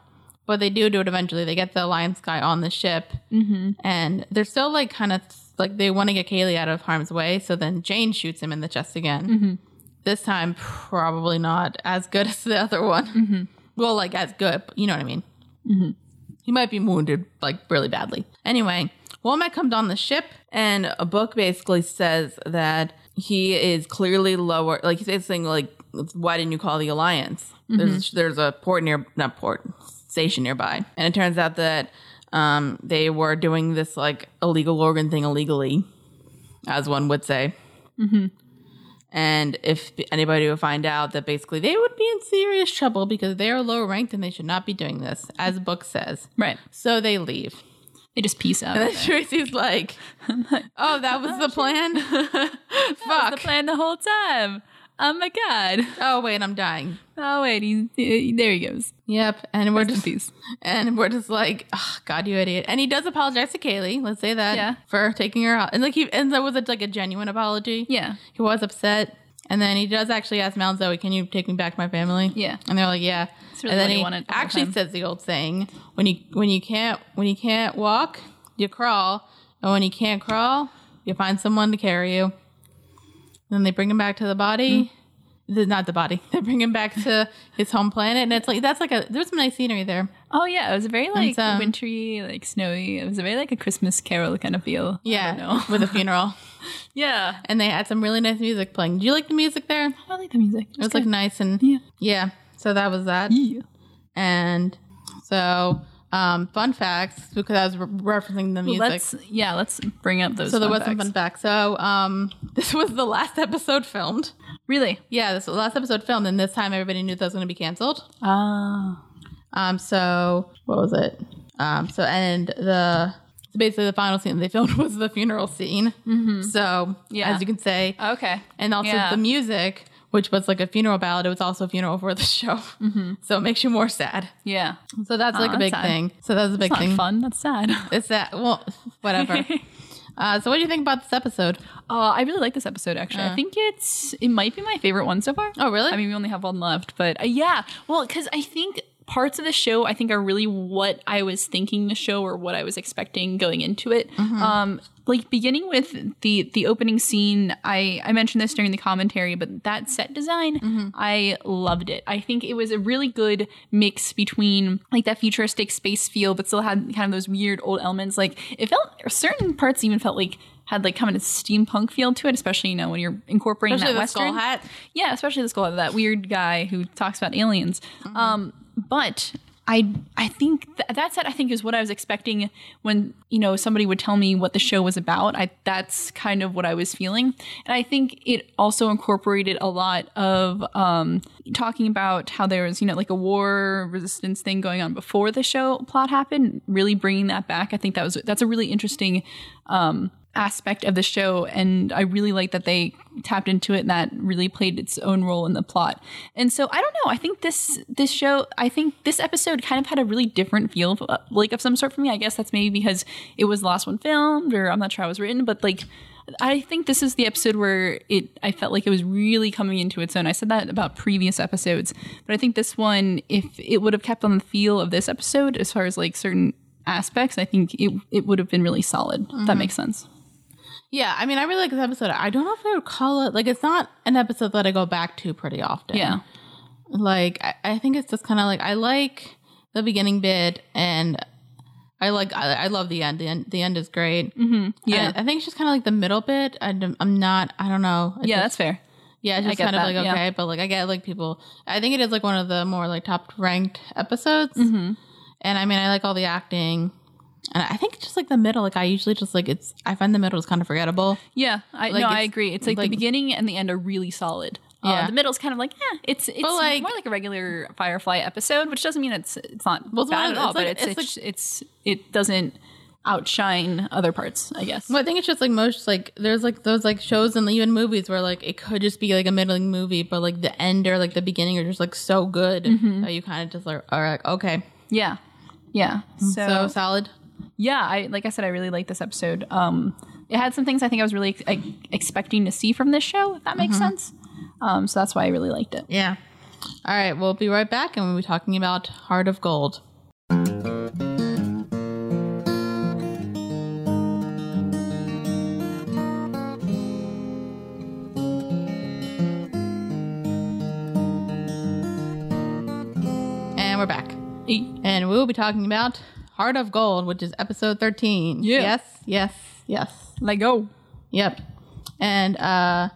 [SPEAKER 4] what they do do it eventually. They get the alliance guy on the ship, and they're still like kind of like they want to get Kaylee out of harm's way. So then Jane shoots him in the chest again. This time, probably not as good [laughs] as the other one. Well, like as good, but you know what I mean. He might be wounded like really badly. Anyway, Womack comes on the ship, and a book basically says that he is clearly lower. Like he's saying, like, why didn't you call the alliance? There's there's a port near not port station nearby, and it turns out that um, they were doing this like illegal organ thing illegally, as one would say. And if anybody would find out that basically they would be in serious trouble because they are low ranked and they should not be doing this, as the book says.
[SPEAKER 2] Right.
[SPEAKER 4] So they leave.
[SPEAKER 2] They just peace out.
[SPEAKER 4] And then [laughs] Tracy's like, oh, [laughs] that was the plan?
[SPEAKER 2] the
[SPEAKER 4] [laughs] Fuck.
[SPEAKER 2] plan the whole time. Oh my god.
[SPEAKER 4] Oh, wait, I'm dying.
[SPEAKER 2] Oh wait, he's there. He goes.
[SPEAKER 4] Yep. And we're
[SPEAKER 2] In
[SPEAKER 4] just
[SPEAKER 2] peace.
[SPEAKER 4] and we're just like, oh, God, you idiot. And he does apologize to Kaylee, let's say that.
[SPEAKER 2] Yeah.
[SPEAKER 4] For taking her out. And like he and that was a, like a genuine apology.
[SPEAKER 2] Yeah.
[SPEAKER 4] He was upset. And then he does actually ask Mal and Zoe, can you take me back to my family?
[SPEAKER 2] Yeah.
[SPEAKER 4] And they're like, yeah.
[SPEAKER 2] really
[SPEAKER 4] and then
[SPEAKER 2] what he
[SPEAKER 4] he
[SPEAKER 2] wanted the whole
[SPEAKER 4] actually
[SPEAKER 2] time.
[SPEAKER 4] says the old saying, when you when you can't when you can't walk, you crawl, and when you can't crawl, you find someone to carry you. Then they bring him back to the body.
[SPEAKER 2] Hmm.
[SPEAKER 4] This is Not the body. [laughs] They bring him back to
[SPEAKER 2] [laughs]
[SPEAKER 4] his home planet, and it's like that's like a there's some nice scenery there.
[SPEAKER 2] Oh yeah, it was very like
[SPEAKER 4] so-
[SPEAKER 2] wintry, like snowy. It was a very like a Christmas Carol kind of feel. I
[SPEAKER 4] Yeah,
[SPEAKER 2] don't [laughs] know.
[SPEAKER 4] with a funeral,
[SPEAKER 2] yeah.
[SPEAKER 4] and they had some really nice music playing. Do you like the music there? It
[SPEAKER 2] I like the music. It
[SPEAKER 4] was like nice and
[SPEAKER 2] Yeah.
[SPEAKER 4] yeah. So that was that. And so, um, fun facts because I was re- referencing the music.
[SPEAKER 2] Let's yeah, let's bring up those.
[SPEAKER 4] so there
[SPEAKER 2] fun
[SPEAKER 4] was some
[SPEAKER 2] facts.
[SPEAKER 4] fun facts. So um, [laughs] this was the last episode filmed.
[SPEAKER 2] Really?
[SPEAKER 4] Yeah, this was the last episode filmed, and this time everybody knew that was going to be canceled.
[SPEAKER 2] Ah.
[SPEAKER 4] Um, so what was it? Um, so and the so basically the final scene they [laughs] filmed was the funeral scene. Mm-hmm. So
[SPEAKER 2] Yeah.
[SPEAKER 4] as you can say, uh,
[SPEAKER 2] Oh, okay.
[SPEAKER 4] and also
[SPEAKER 2] yeah.
[SPEAKER 4] the music, which was like a funeral ballad, it was also a funeral for the [laughs] show. Mm-hmm. So it makes you more sad.
[SPEAKER 2] Yeah.
[SPEAKER 4] So that's like
[SPEAKER 2] Aw,
[SPEAKER 4] a big
[SPEAKER 2] that's sad.
[SPEAKER 4] thing. So that's a big
[SPEAKER 2] It's not
[SPEAKER 4] thing.
[SPEAKER 2] fun. That's sad. [laughs]
[SPEAKER 4] It's that well, [laughs] whatever. uh, so what do you think about this episode?
[SPEAKER 2] Uh, I really like this episode. Actually,
[SPEAKER 4] Uh.
[SPEAKER 2] I think it's it might be my favorite one so far.
[SPEAKER 4] Oh, really?
[SPEAKER 2] I mean, we only have one left, but uh, yeah. Well, because I think parts of the show I think are really what I was thinking the show or what I was expecting going into it.
[SPEAKER 4] Mm-hmm.
[SPEAKER 2] Um, like beginning with the the opening scene, I I mentioned this during the commentary, but that set design,
[SPEAKER 4] Mm-hmm.
[SPEAKER 2] I loved it. I think it was a really good mix between like that futuristic space feel, but still had kind of those weird old elements. Like it felt certain parts even felt like had like kind of a steampunk feel to it, especially you know when you're incorporating
[SPEAKER 4] Especially
[SPEAKER 2] that
[SPEAKER 4] the skull
[SPEAKER 2] western
[SPEAKER 4] hat.
[SPEAKER 2] yeah, especially the skull of that weird guy who talks about aliens. Um, but I I think th- that set I think is what I was expecting when you know somebody would tell me what the show was about. I that's kind of what I was feeling, and I think it also incorporated a lot of um, talking about how there was you know like a war resistance thing going on before the show plot happened. Really bringing that back, I think that was that's a really interesting um, aspect of the show and i really like that they tapped into it and that really played its own role in the plot and so i don't know i think this this show i think this episode kind of had a really different feel of, uh, like of some sort for me i guess that's maybe because it was the last one filmed or i'm not sure how it was written but like i think this is the episode where it i felt like it was really coming into its own i said that about previous episodes but i think this one if it would have kept on the feel of this episode as far as like certain aspects i think it, it would have been really solid if that makes sense
[SPEAKER 4] Yeah, I mean, I really like this episode. I don't know if I would call it like it's not an episode that I go back to pretty often.
[SPEAKER 2] Yeah.
[SPEAKER 4] like I, I think it's just kind of like I like the beginning bit and I like I, I love the end. The end the end is great. Mm-hmm.
[SPEAKER 2] Yeah.
[SPEAKER 4] I, I think it's just kind of like the middle bit. I, am not. I don't know. It's
[SPEAKER 2] Yeah,
[SPEAKER 4] just-
[SPEAKER 2] that's fair.
[SPEAKER 4] yeah. It's just
[SPEAKER 2] get
[SPEAKER 4] kind of
[SPEAKER 2] that,
[SPEAKER 4] like
[SPEAKER 2] yeah.
[SPEAKER 4] okay, but like I get like people. I think it is like one of the more like top ranked episodes.
[SPEAKER 2] Mm-hmm.
[SPEAKER 4] And I mean, I like all the acting. And I think just like the middle, like I usually just like it's. I find the middle is kind of forgettable.
[SPEAKER 2] Yeah, I
[SPEAKER 4] Like,
[SPEAKER 2] no, I
[SPEAKER 4] it's-
[SPEAKER 2] agree. It's like,
[SPEAKER 4] like-
[SPEAKER 2] the beginning and the end are really solid.
[SPEAKER 4] Yeah.
[SPEAKER 2] Uh, the middle's kind of like, yeah, it's it's
[SPEAKER 4] like-
[SPEAKER 2] more like a regular Firefly episode, which doesn't mean it's it's not
[SPEAKER 4] Well, it's
[SPEAKER 2] bad
[SPEAKER 4] one of-
[SPEAKER 2] at all,
[SPEAKER 4] it's
[SPEAKER 2] but
[SPEAKER 4] like-
[SPEAKER 2] it's
[SPEAKER 4] it's
[SPEAKER 2] it's, it's it doesn't outshine other parts, I guess.
[SPEAKER 4] Well, I think it's just like most like there's like those like shows and even movies where like it could just be like a middling movie, but like the end or like the beginning are just like so good that you kind of just like are like okay,
[SPEAKER 2] Yeah, yeah. So,
[SPEAKER 4] Mm-hmm. so solid.
[SPEAKER 2] yeah, I like I said, I really like this episode. Um, it had some things I think I was really ex- ex- expecting to see from this show, if that makes
[SPEAKER 4] Mm-hmm.
[SPEAKER 2] sense. Um, so that's why I really liked it.
[SPEAKER 4] Yeah. All right, we'll be right back, and we'll be talking about Heart of Gold. And we're back. And we will be talking about Heart of Gold, which is episode 13.
[SPEAKER 2] Yeah.
[SPEAKER 4] Yes, yes, yes.
[SPEAKER 2] Let go.
[SPEAKER 4] Yep. And uh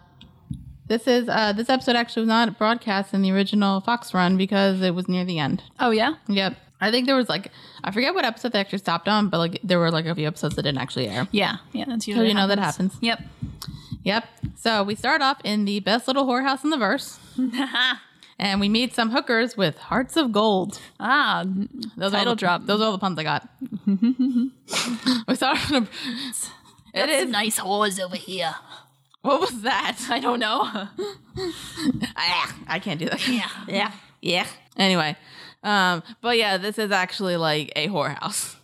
[SPEAKER 4] this is uh this episode actually was not broadcast in the original Fox run because it was near the end.
[SPEAKER 2] Oh yeah,
[SPEAKER 4] Yep. I think there was like I forget what episode they actually stopped on, but like there were like a few episodes that didn't actually air.
[SPEAKER 2] yeah, yeah. That's usually
[SPEAKER 4] you know that happens.
[SPEAKER 2] Yep.
[SPEAKER 4] Yep. So we start off in the best little whorehouse in the
[SPEAKER 2] [laughs]
[SPEAKER 4] verse. and we meet some hookers with hearts of gold.
[SPEAKER 2] Ah,
[SPEAKER 4] Those are all
[SPEAKER 2] Title
[SPEAKER 4] the,
[SPEAKER 2] drop.
[SPEAKER 4] Those are all the puns I
[SPEAKER 2] [laughs]
[SPEAKER 4] got. [laughs] we start off in a,
[SPEAKER 2] it is nice whores over here.
[SPEAKER 4] what was that? [laughs]
[SPEAKER 2] I don't know.
[SPEAKER 4] Ah, I can't do that. Yeah. Yeah. [laughs] Yeah. Anyway. Um, but yeah, this is actually like a whorehouse.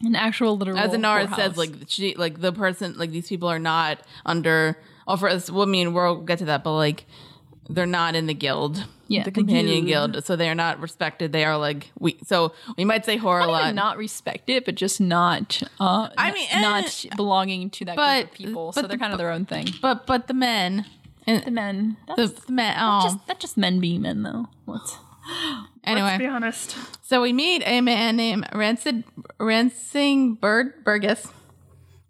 [SPEAKER 2] An actual literal.
[SPEAKER 4] As Anara
[SPEAKER 2] whorehouse.
[SPEAKER 4] says, like she like the person like these people are not under oh for us well I mean we'll get to that, but like they're not in the guild.
[SPEAKER 2] Yeah,
[SPEAKER 4] The
[SPEAKER 2] the
[SPEAKER 4] companion guild.
[SPEAKER 2] guild.
[SPEAKER 4] So they are not respected. They are like we so we might say whore a
[SPEAKER 2] not,
[SPEAKER 4] lot.
[SPEAKER 2] even not respect it, but just not. Uh,
[SPEAKER 4] I
[SPEAKER 2] I
[SPEAKER 4] mean,
[SPEAKER 2] mean,
[SPEAKER 4] eh,
[SPEAKER 2] not belonging to that
[SPEAKER 4] but-
[SPEAKER 2] group of people.
[SPEAKER 4] but
[SPEAKER 2] so they're kind of their own thing.
[SPEAKER 4] but but the men and
[SPEAKER 2] The men.
[SPEAKER 4] the,
[SPEAKER 2] That's
[SPEAKER 4] the men oh
[SPEAKER 2] just that just men being men though. Let's,
[SPEAKER 4] anyway.
[SPEAKER 2] honest.
[SPEAKER 4] So we meet a man named Rancid Rancing Bird Burgess,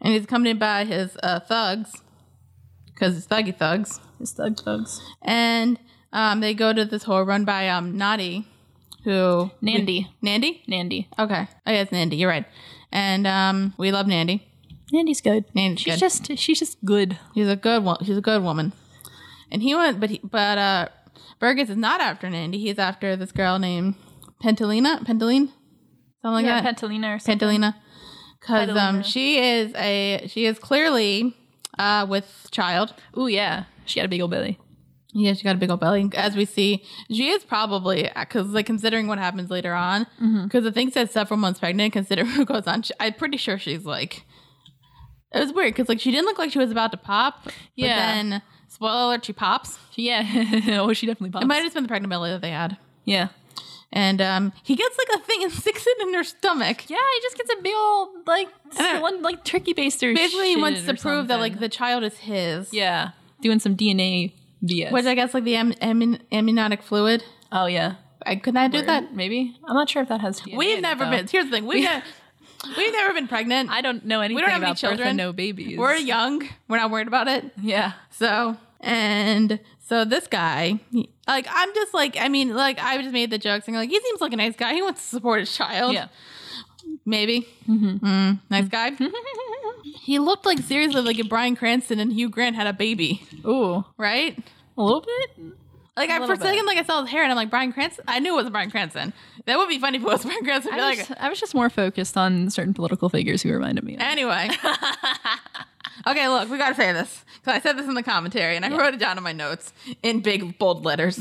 [SPEAKER 4] and he's accompanied by his uh, thugs, because it's thuggy thugs.
[SPEAKER 2] It's thug thugs.
[SPEAKER 4] And um, they go to this whore run by um, Nadi, who
[SPEAKER 2] Nandy.
[SPEAKER 4] Nandy.
[SPEAKER 2] Nandy.
[SPEAKER 4] Okay, oh yeah, it's Nandy. You're right. And um, we love Nandy.
[SPEAKER 2] Nandy's good.
[SPEAKER 4] Nandy's
[SPEAKER 2] she's
[SPEAKER 4] good.
[SPEAKER 2] just she's just good.
[SPEAKER 4] He's a good one. She's a good woman. And he went, but he, but uh, Burgess is not after Nandy. He's after this girl named Pentelina. Penteline, something like that.
[SPEAKER 2] Pentelina or something.
[SPEAKER 4] Pantelina. Because um,
[SPEAKER 2] Catalina.
[SPEAKER 4] she is a she is clearly uh, with child.
[SPEAKER 2] Ooh yeah, she had a big old belly.
[SPEAKER 4] Yeah, she got a big old belly. As we see, she is probably because like considering what happens later on, because
[SPEAKER 2] Mm-hmm.
[SPEAKER 4] the thing says several months pregnant. Considering [laughs] what goes on, she, I'm pretty sure she's like. It was weird because like she didn't look like she was about to pop.
[SPEAKER 2] Yeah.
[SPEAKER 4] But then spoiler alert, she pops.
[SPEAKER 2] Yeah. [laughs] oh, she definitely pops.
[SPEAKER 4] It might have just been the pregnant belly that they had.
[SPEAKER 2] yeah.
[SPEAKER 4] And um, he gets like a thing [laughs] and sticks it in her stomach.
[SPEAKER 2] Yeah, he just gets a big old
[SPEAKER 4] [laughs]
[SPEAKER 2] like
[SPEAKER 4] I-
[SPEAKER 2] one like turkey baster.
[SPEAKER 4] Basically, he wants to prove that like
[SPEAKER 2] the,
[SPEAKER 4] the child is his.
[SPEAKER 2] yeah, doing some DNA BS.
[SPEAKER 4] Which I guess like the am- amin- amniotic fluid.
[SPEAKER 2] oh yeah,
[SPEAKER 4] I could not do that.
[SPEAKER 2] maybe I'm not sure if that has. DNA in
[SPEAKER 4] We've
[SPEAKER 2] it,
[SPEAKER 4] never
[SPEAKER 2] though.
[SPEAKER 4] been. Here's the thing. We've, ne- we've never been pregnant.
[SPEAKER 2] I don't know anything
[SPEAKER 4] We don't have any
[SPEAKER 2] about birth
[SPEAKER 4] children.
[SPEAKER 2] and no babies.
[SPEAKER 4] We're young. We're not worried about it.
[SPEAKER 2] yeah,
[SPEAKER 4] So and So this guy, he- like, I'm just like, I mean, like, I just made the joke saying, like, he seems like a nice guy. He wants to support his child. [laughs]
[SPEAKER 2] Yeah. Mm-hmm.
[SPEAKER 4] Maybe. Mm, nice guy. he looked like seriously like if Brian Cranston and Hugh Grant had a baby,
[SPEAKER 2] Ooh,
[SPEAKER 4] right?
[SPEAKER 2] a little bit.
[SPEAKER 4] Like, I, for
[SPEAKER 2] little
[SPEAKER 4] a second, like, I saw his hair and I'm like, Brian Cranston? I knew it was Brian Cranston. That would be funny if it was Brian Cranston. I'd be
[SPEAKER 2] I
[SPEAKER 4] like,
[SPEAKER 2] was, I was just more focused on certain political figures who reminded me. Of. [laughs]
[SPEAKER 4] Anyway. okay, look, we gotta say this. Because I said this in the commentary and I wrote it down in my notes in big bold letters.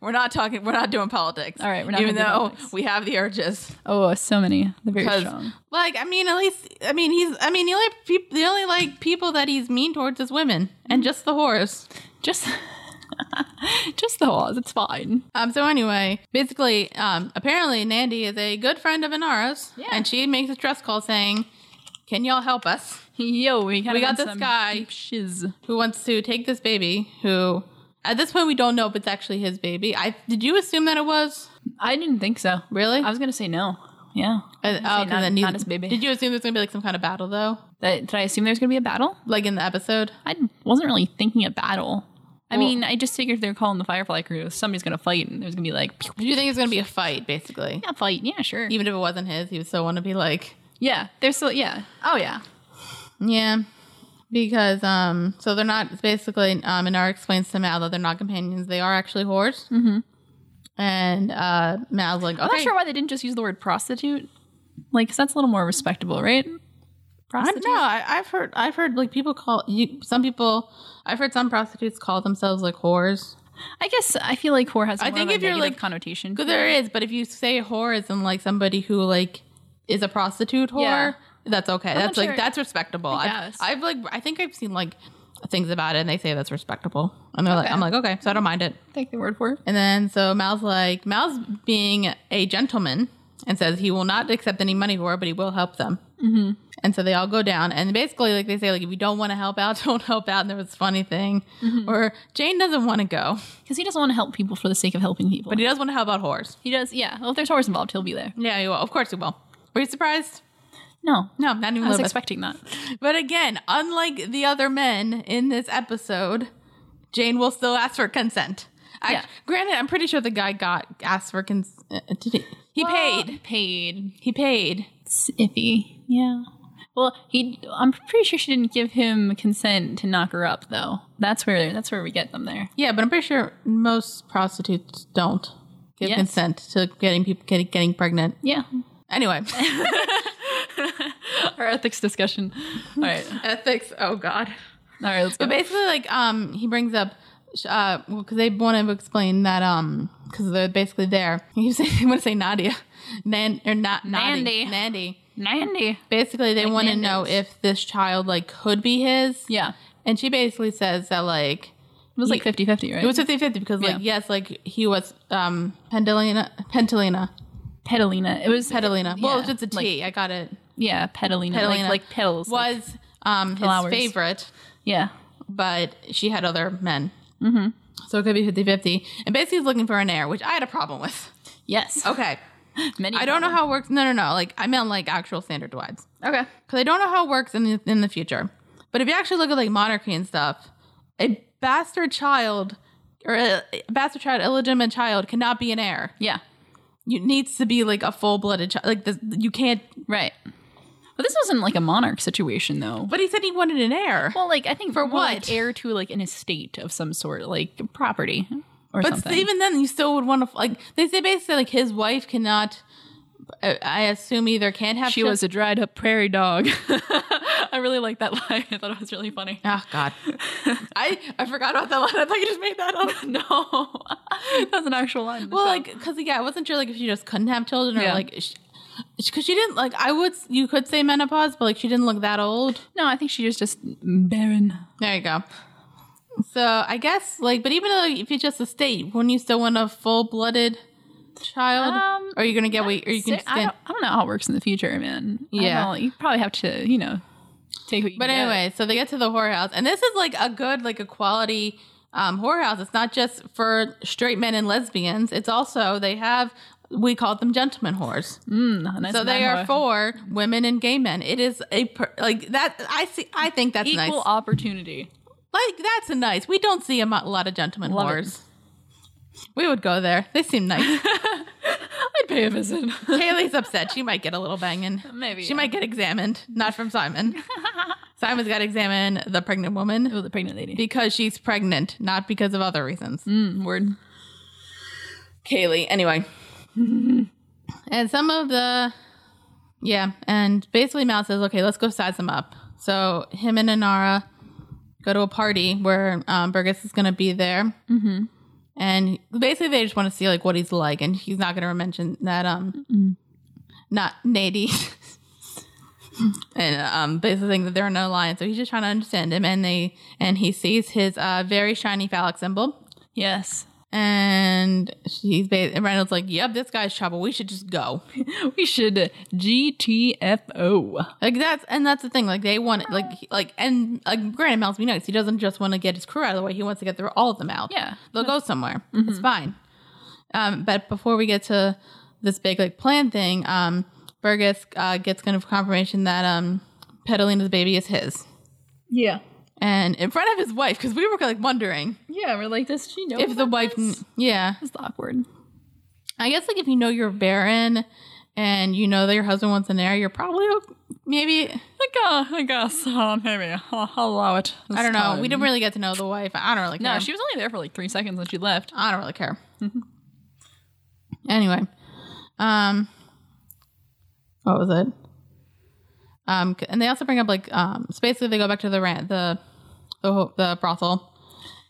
[SPEAKER 4] We're not talking we're not doing politics.
[SPEAKER 2] Mm-hmm. All right, we're not
[SPEAKER 4] even
[SPEAKER 2] gonna do
[SPEAKER 4] though
[SPEAKER 2] politics.
[SPEAKER 4] we have the urges.
[SPEAKER 2] Oh, so many. They're very
[SPEAKER 4] Because
[SPEAKER 2] strong.
[SPEAKER 4] like I mean at least I mean he's I mean the only peop- the only like people that he's mean towards is women and
[SPEAKER 2] Mm-hmm.
[SPEAKER 4] just the whores.
[SPEAKER 2] Just, [laughs] just the horse. It's fine.
[SPEAKER 4] Um, so anyway, basically, um, apparently Nandy is a good friend of Inara's,
[SPEAKER 2] Yeah.
[SPEAKER 4] and she makes a stress call saying, "Can y'all help us?"
[SPEAKER 2] Yo, we, kinda
[SPEAKER 4] We got
[SPEAKER 2] had
[SPEAKER 4] this
[SPEAKER 2] some
[SPEAKER 4] guy.
[SPEAKER 2] deep Shiz.
[SPEAKER 4] who wants to take this baby who at this point we don't know if it's actually his baby i did you assume that it was
[SPEAKER 2] I didn't think so.
[SPEAKER 4] really
[SPEAKER 2] I was gonna say no. Yeah.
[SPEAKER 4] Uh,
[SPEAKER 2] I
[SPEAKER 4] oh,
[SPEAKER 2] was gonna say
[SPEAKER 4] 'cause
[SPEAKER 2] not,
[SPEAKER 4] then you-
[SPEAKER 2] not his baby.
[SPEAKER 4] did you assume there's gonna be like some kind of battle though
[SPEAKER 2] That- did I assume there's gonna be a battle?
[SPEAKER 4] like in the episode
[SPEAKER 2] I wasn't really thinking a battle. I
[SPEAKER 4] Well-
[SPEAKER 2] mean, I just figured they're calling the Firefly crew. Somebody's gonna fight, and there's gonna be like, pew,
[SPEAKER 4] do you think it's gonna be a fight basically
[SPEAKER 2] yeah, fight, yeah, sure,
[SPEAKER 4] even if it wasn't his he would still want to be like
[SPEAKER 2] yeah. There's still, yeah, oh yeah,
[SPEAKER 4] yeah because um so they're not it's basically um Inara explains to Mal that they're not companions they are actually whores mm-hmm. and uh Mal's like okay
[SPEAKER 2] I'm not sure why they didn't just use the word prostitute. Like, 'cause that's a little more respectable, right?
[SPEAKER 4] I don't
[SPEAKER 2] Prostitute.
[SPEAKER 4] know. I, I've heard. I've heard like people call you. Some people. I've heard some prostitutes call themselves like whores.
[SPEAKER 2] I guess I feel like whore has. I think if you're like connotation,
[SPEAKER 4] But there is. But if you say whore is in like somebody who like is a prostitute whore,
[SPEAKER 2] Yeah.
[SPEAKER 4] that's okay. that's
[SPEAKER 2] sure.
[SPEAKER 4] like that's respectable. I
[SPEAKER 2] guess.
[SPEAKER 4] I've, I've like I think I've seen like things about it, and they say that's respectable. And they're like, I'm like, okay, so I don't mind it.
[SPEAKER 2] take the word for it.
[SPEAKER 4] And then so Mal's like, Mal's being a gentleman and says he will not accept any money for her, but he will help them. Mm-hmm. And so they all go down, and basically, like they say, like if you don't want to help out, [laughs] don't help out. And there was a funny thing,
[SPEAKER 2] Mm-hmm.
[SPEAKER 4] or Jane doesn't want to go,
[SPEAKER 2] Because he doesn't want to help people for the sake of helping people.
[SPEAKER 4] but he does want to help out whores.
[SPEAKER 2] he does, yeah. Well, if there's horse involved, he'll be there.
[SPEAKER 4] Yeah, he will. Of course, he will. Were you surprised?
[SPEAKER 2] No,
[SPEAKER 4] No, not even a
[SPEAKER 2] I was
[SPEAKER 4] little bit.
[SPEAKER 2] expecting that.
[SPEAKER 4] But again, unlike the other men in this episode, Jane will still ask for consent. I,
[SPEAKER 2] Yeah.
[SPEAKER 4] Granted, I'm pretty sure the guy got asked for consent. Did he? He paid.
[SPEAKER 2] paid.
[SPEAKER 4] He paid.
[SPEAKER 2] It's iffy. Yeah. Well, he. I'm pretty sure she didn't give him consent to knock her up, though. That's where. That's where we get them there.
[SPEAKER 4] Yeah, but I'm pretty sure most prostitutes don't give
[SPEAKER 2] Yes.
[SPEAKER 4] consent to getting people getting, getting pregnant.
[SPEAKER 2] Yeah. [laughs]
[SPEAKER 4] Anyway,
[SPEAKER 2] Our ethics discussion. All right. All
[SPEAKER 4] ethics. Oh God.
[SPEAKER 2] right. Let's go.
[SPEAKER 4] But basically, like, um, he brings up, uh, because they want to explain that, um, because they're basically there. [laughs] You say they want to say Nadia, Nan or not Nandy,
[SPEAKER 2] Nandy.
[SPEAKER 4] Nandy.
[SPEAKER 2] Nandy.
[SPEAKER 4] Basically, they want to know
[SPEAKER 2] Nando's.
[SPEAKER 4] if this child like could be his.
[SPEAKER 2] Yeah. It
[SPEAKER 4] And she basically says that like
[SPEAKER 2] was like 50-50, right?
[SPEAKER 4] it was 50-50 because like
[SPEAKER 2] Yeah.
[SPEAKER 4] yes, like he was um Pendelina Pentelina.
[SPEAKER 2] Petalina. It was
[SPEAKER 4] Petalina. Well,
[SPEAKER 2] yeah,
[SPEAKER 4] it's a T. I got it.
[SPEAKER 2] yeah. Petalina.
[SPEAKER 4] Petalina
[SPEAKER 2] Like, like petals. like-
[SPEAKER 4] was um, his
[SPEAKER 2] flowers.
[SPEAKER 4] favorite,
[SPEAKER 2] yeah.
[SPEAKER 4] but she had other men. Mm-hmm. So it could be 50 50. And basically, he's looking for an heir, which I had a problem with.
[SPEAKER 2] Yes.
[SPEAKER 4] Okay.
[SPEAKER 2] Many.
[SPEAKER 4] Oh, I don't know how it works. No, no, no. Like, I meant like actual standard wives.
[SPEAKER 2] Okay.
[SPEAKER 4] Because I don't know how it works in the, in the future. But if you actually look at like monarchy and stuff, a bastard child or a bastard child, illegitimate child cannot be an heir.
[SPEAKER 2] Yeah.
[SPEAKER 4] You needs to be like a full blooded child. Like, this, you can't.
[SPEAKER 2] Right. But this wasn't like a monarch situation, though.
[SPEAKER 4] But he said he wanted an heir.
[SPEAKER 2] Well, like I think for
[SPEAKER 4] what?
[SPEAKER 2] Like heir to like an estate of some sort, like property or
[SPEAKER 4] But
[SPEAKER 2] something.
[SPEAKER 4] even then, you still would want to like. They say basically like his wife cannot. I I assume either can't have.
[SPEAKER 2] she was a dried up prairie dog. [laughs] I really like that [laughs] line. I thought it was really funny.
[SPEAKER 4] Oh God, I I forgot about that line. I thought you just made that up.
[SPEAKER 2] [laughs] [laughs] No, that's an actual line. in the
[SPEAKER 4] Well,
[SPEAKER 2] show.
[SPEAKER 4] like because yeah, I wasn't sure like if she just couldn't have children or
[SPEAKER 2] Yeah.
[SPEAKER 4] like. Because she didn't like, I would you could say menopause, but like she didn't look that old.
[SPEAKER 2] no, I think she was just barren.
[SPEAKER 4] There you go. So I guess like, but even though if you're just a state, wouldn't you still want a full blooded child?
[SPEAKER 2] Um,
[SPEAKER 4] or are you gonna get what? Or you can
[SPEAKER 2] So, I,
[SPEAKER 4] stand?
[SPEAKER 2] don't, I don't know how it works in the future, man. I
[SPEAKER 4] Yeah.
[SPEAKER 2] don't know. you probably have to, you know, take what you.
[SPEAKER 4] But
[SPEAKER 2] can get.
[SPEAKER 4] anyway, so they get to the whorehouse, and this is like a good, like a quality um, whorehouse. It's not just for straight men and lesbians. It's also they have we call them gentlemen whores.
[SPEAKER 2] Mm, nice
[SPEAKER 4] so they
[SPEAKER 2] man,
[SPEAKER 4] are
[SPEAKER 2] huh?
[SPEAKER 4] for women and gay men. It is a per, like that. I see. I think that's
[SPEAKER 2] equal
[SPEAKER 4] nice.
[SPEAKER 2] opportunity.
[SPEAKER 4] Like that's nice. We don't see a mo- lot of gentlemen
[SPEAKER 2] Love it.
[SPEAKER 4] whores. We would go there. They seem nice.
[SPEAKER 2] I'd pay a visit. [laughs]
[SPEAKER 4] Kaylee's upset. She might get a little banging.
[SPEAKER 2] Maybe,
[SPEAKER 4] She
[SPEAKER 2] yeah.
[SPEAKER 4] might get examined. Not from
[SPEAKER 2] [laughs]
[SPEAKER 4] Simon. Simon's got to examine the pregnant woman
[SPEAKER 2] oh, the pregnant lady.
[SPEAKER 4] because she's pregnant, not because of other reasons.
[SPEAKER 2] Mm, word.
[SPEAKER 4] Kaylee, anyway. [laughs] and some of the. Yeah, and basically Mal says, okay, let's go size them up. So him and Anara go to a party where um, Burgess is going to be there. Mm-hmm. And basically they just want to see like what he's like. And he's not going to mention that um, not Nady. [laughs] and um, basically think that they're in an alliance. So he's just trying to understand him. And they and he sees his uh, very shiny phallic symbol.
[SPEAKER 2] Yes.
[SPEAKER 4] And she's ba- and Randall's like, "Yep, this guy's trouble. We should just go."
[SPEAKER 2] We should uh, GTFO.
[SPEAKER 4] Like that's and that's the thing. Like they want like he- like and like granted, Mal's be nice. He doesn't just want to get his crew out of the way. He wants to get through all of them out.
[SPEAKER 2] Yeah.
[SPEAKER 4] they'll go somewhere. It's fine. Um, but before we get to this big like plan thing, um, Burgess uh, gets kind of confirmation that um, Petalina's baby is his,
[SPEAKER 2] Yeah.
[SPEAKER 4] and in front of his wife because we were like wondering
[SPEAKER 2] Yeah, we're like, does she know?
[SPEAKER 4] if the wife, kn- yeah,
[SPEAKER 2] [laughs] is awkward.
[SPEAKER 4] I guess like if you know you're barren and you know that your husband wants an heir, you're probably o- maybe
[SPEAKER 2] Like, uh, I guess, [laughs] uh, maybe I'll, I'll allow it.
[SPEAKER 4] I don't know. We didn't really get to know the wife. I don't really care.
[SPEAKER 2] No, she Mm-hmm. was only there for like three seconds when she left.
[SPEAKER 4] I don't really care. anyway, um, what was it? Um, c- and they also bring up like um, so basically they go back to the rant the the, ho- the brothel,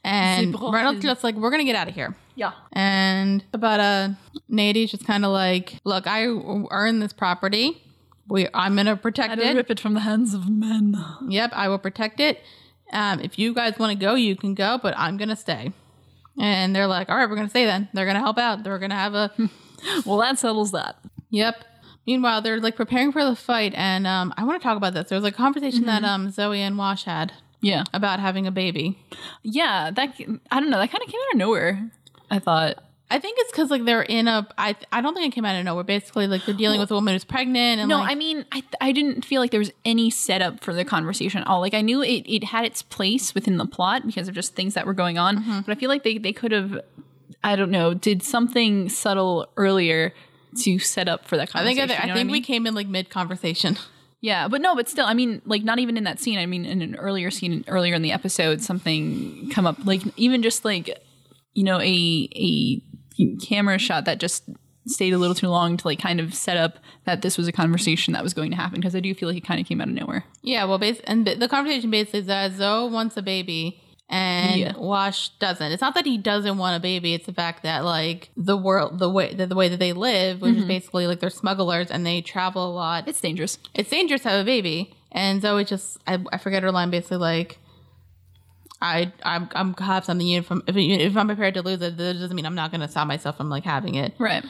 [SPEAKER 4] and
[SPEAKER 2] The brothel.
[SPEAKER 4] Reynolds just like we're gonna get out of here.
[SPEAKER 2] Yeah.
[SPEAKER 4] And about uh Nady's just kind of like, look, I earned this property. We, I'm gonna
[SPEAKER 2] I
[SPEAKER 4] protect
[SPEAKER 2] did
[SPEAKER 4] it.
[SPEAKER 2] rip it from the hands of men.
[SPEAKER 4] Yep, I will protect it. Um, if you guys want to go, you can go, but I'm gonna stay. And they're like, all right, we're gonna stay then. They're gonna help out. They're gonna have a
[SPEAKER 2] [laughs] Well, that settles that.
[SPEAKER 4] yep. Meanwhile, they're like preparing for the fight, and um, I want to talk about this. There was a conversation that um, Zoe and Wash had
[SPEAKER 2] Yeah.
[SPEAKER 4] about having a baby.
[SPEAKER 2] Yeah, that, I don't know, that kind of came out of nowhere, I thought.
[SPEAKER 4] I think it's because like they're in a. I I don't think it came out of nowhere. Basically, like they're dealing with a woman who's pregnant, and
[SPEAKER 2] No,
[SPEAKER 4] like,
[SPEAKER 2] I mean, I, I didn't feel like there was any setup for the conversation at all. Like, I knew it, it had its place within the plot because of just things that were going on, but I feel like they, they could have, I don't know, did something subtle earlier to set up for that
[SPEAKER 4] I think
[SPEAKER 2] conversation.
[SPEAKER 4] I, think
[SPEAKER 2] you know what
[SPEAKER 4] I think
[SPEAKER 2] mean?
[SPEAKER 4] we came in like mid conversation.
[SPEAKER 2] Yeah, but no, but still, I mean, like not even in that scene. I mean, in an earlier scene, earlier in the episode, something come up, like even just like you know a a camera shot that just stayed a little too long to like kind of set up that this was a conversation that was going to happen because I do feel like it kind of came out of nowhere.
[SPEAKER 4] [laughs] Yeah, well, bas- and ba- the conversation basically is that Zoe wants a baby and
[SPEAKER 2] Yeah.
[SPEAKER 4] Wash doesn't. It's not that he doesn't want a baby; it's the fact that like the world, the way the, the way that they live, which is basically like they're smugglers and they travel a lot. Mm-hmm. It's,
[SPEAKER 2] It's dangerous.
[SPEAKER 4] dangerous to have a baby, and Zoe just I, I forget her line basically like. I I'm I'm have something even if I'm if, even if I'm prepared to lose it, that doesn't mean I'm not going to stop myself from like having it.
[SPEAKER 2] Right.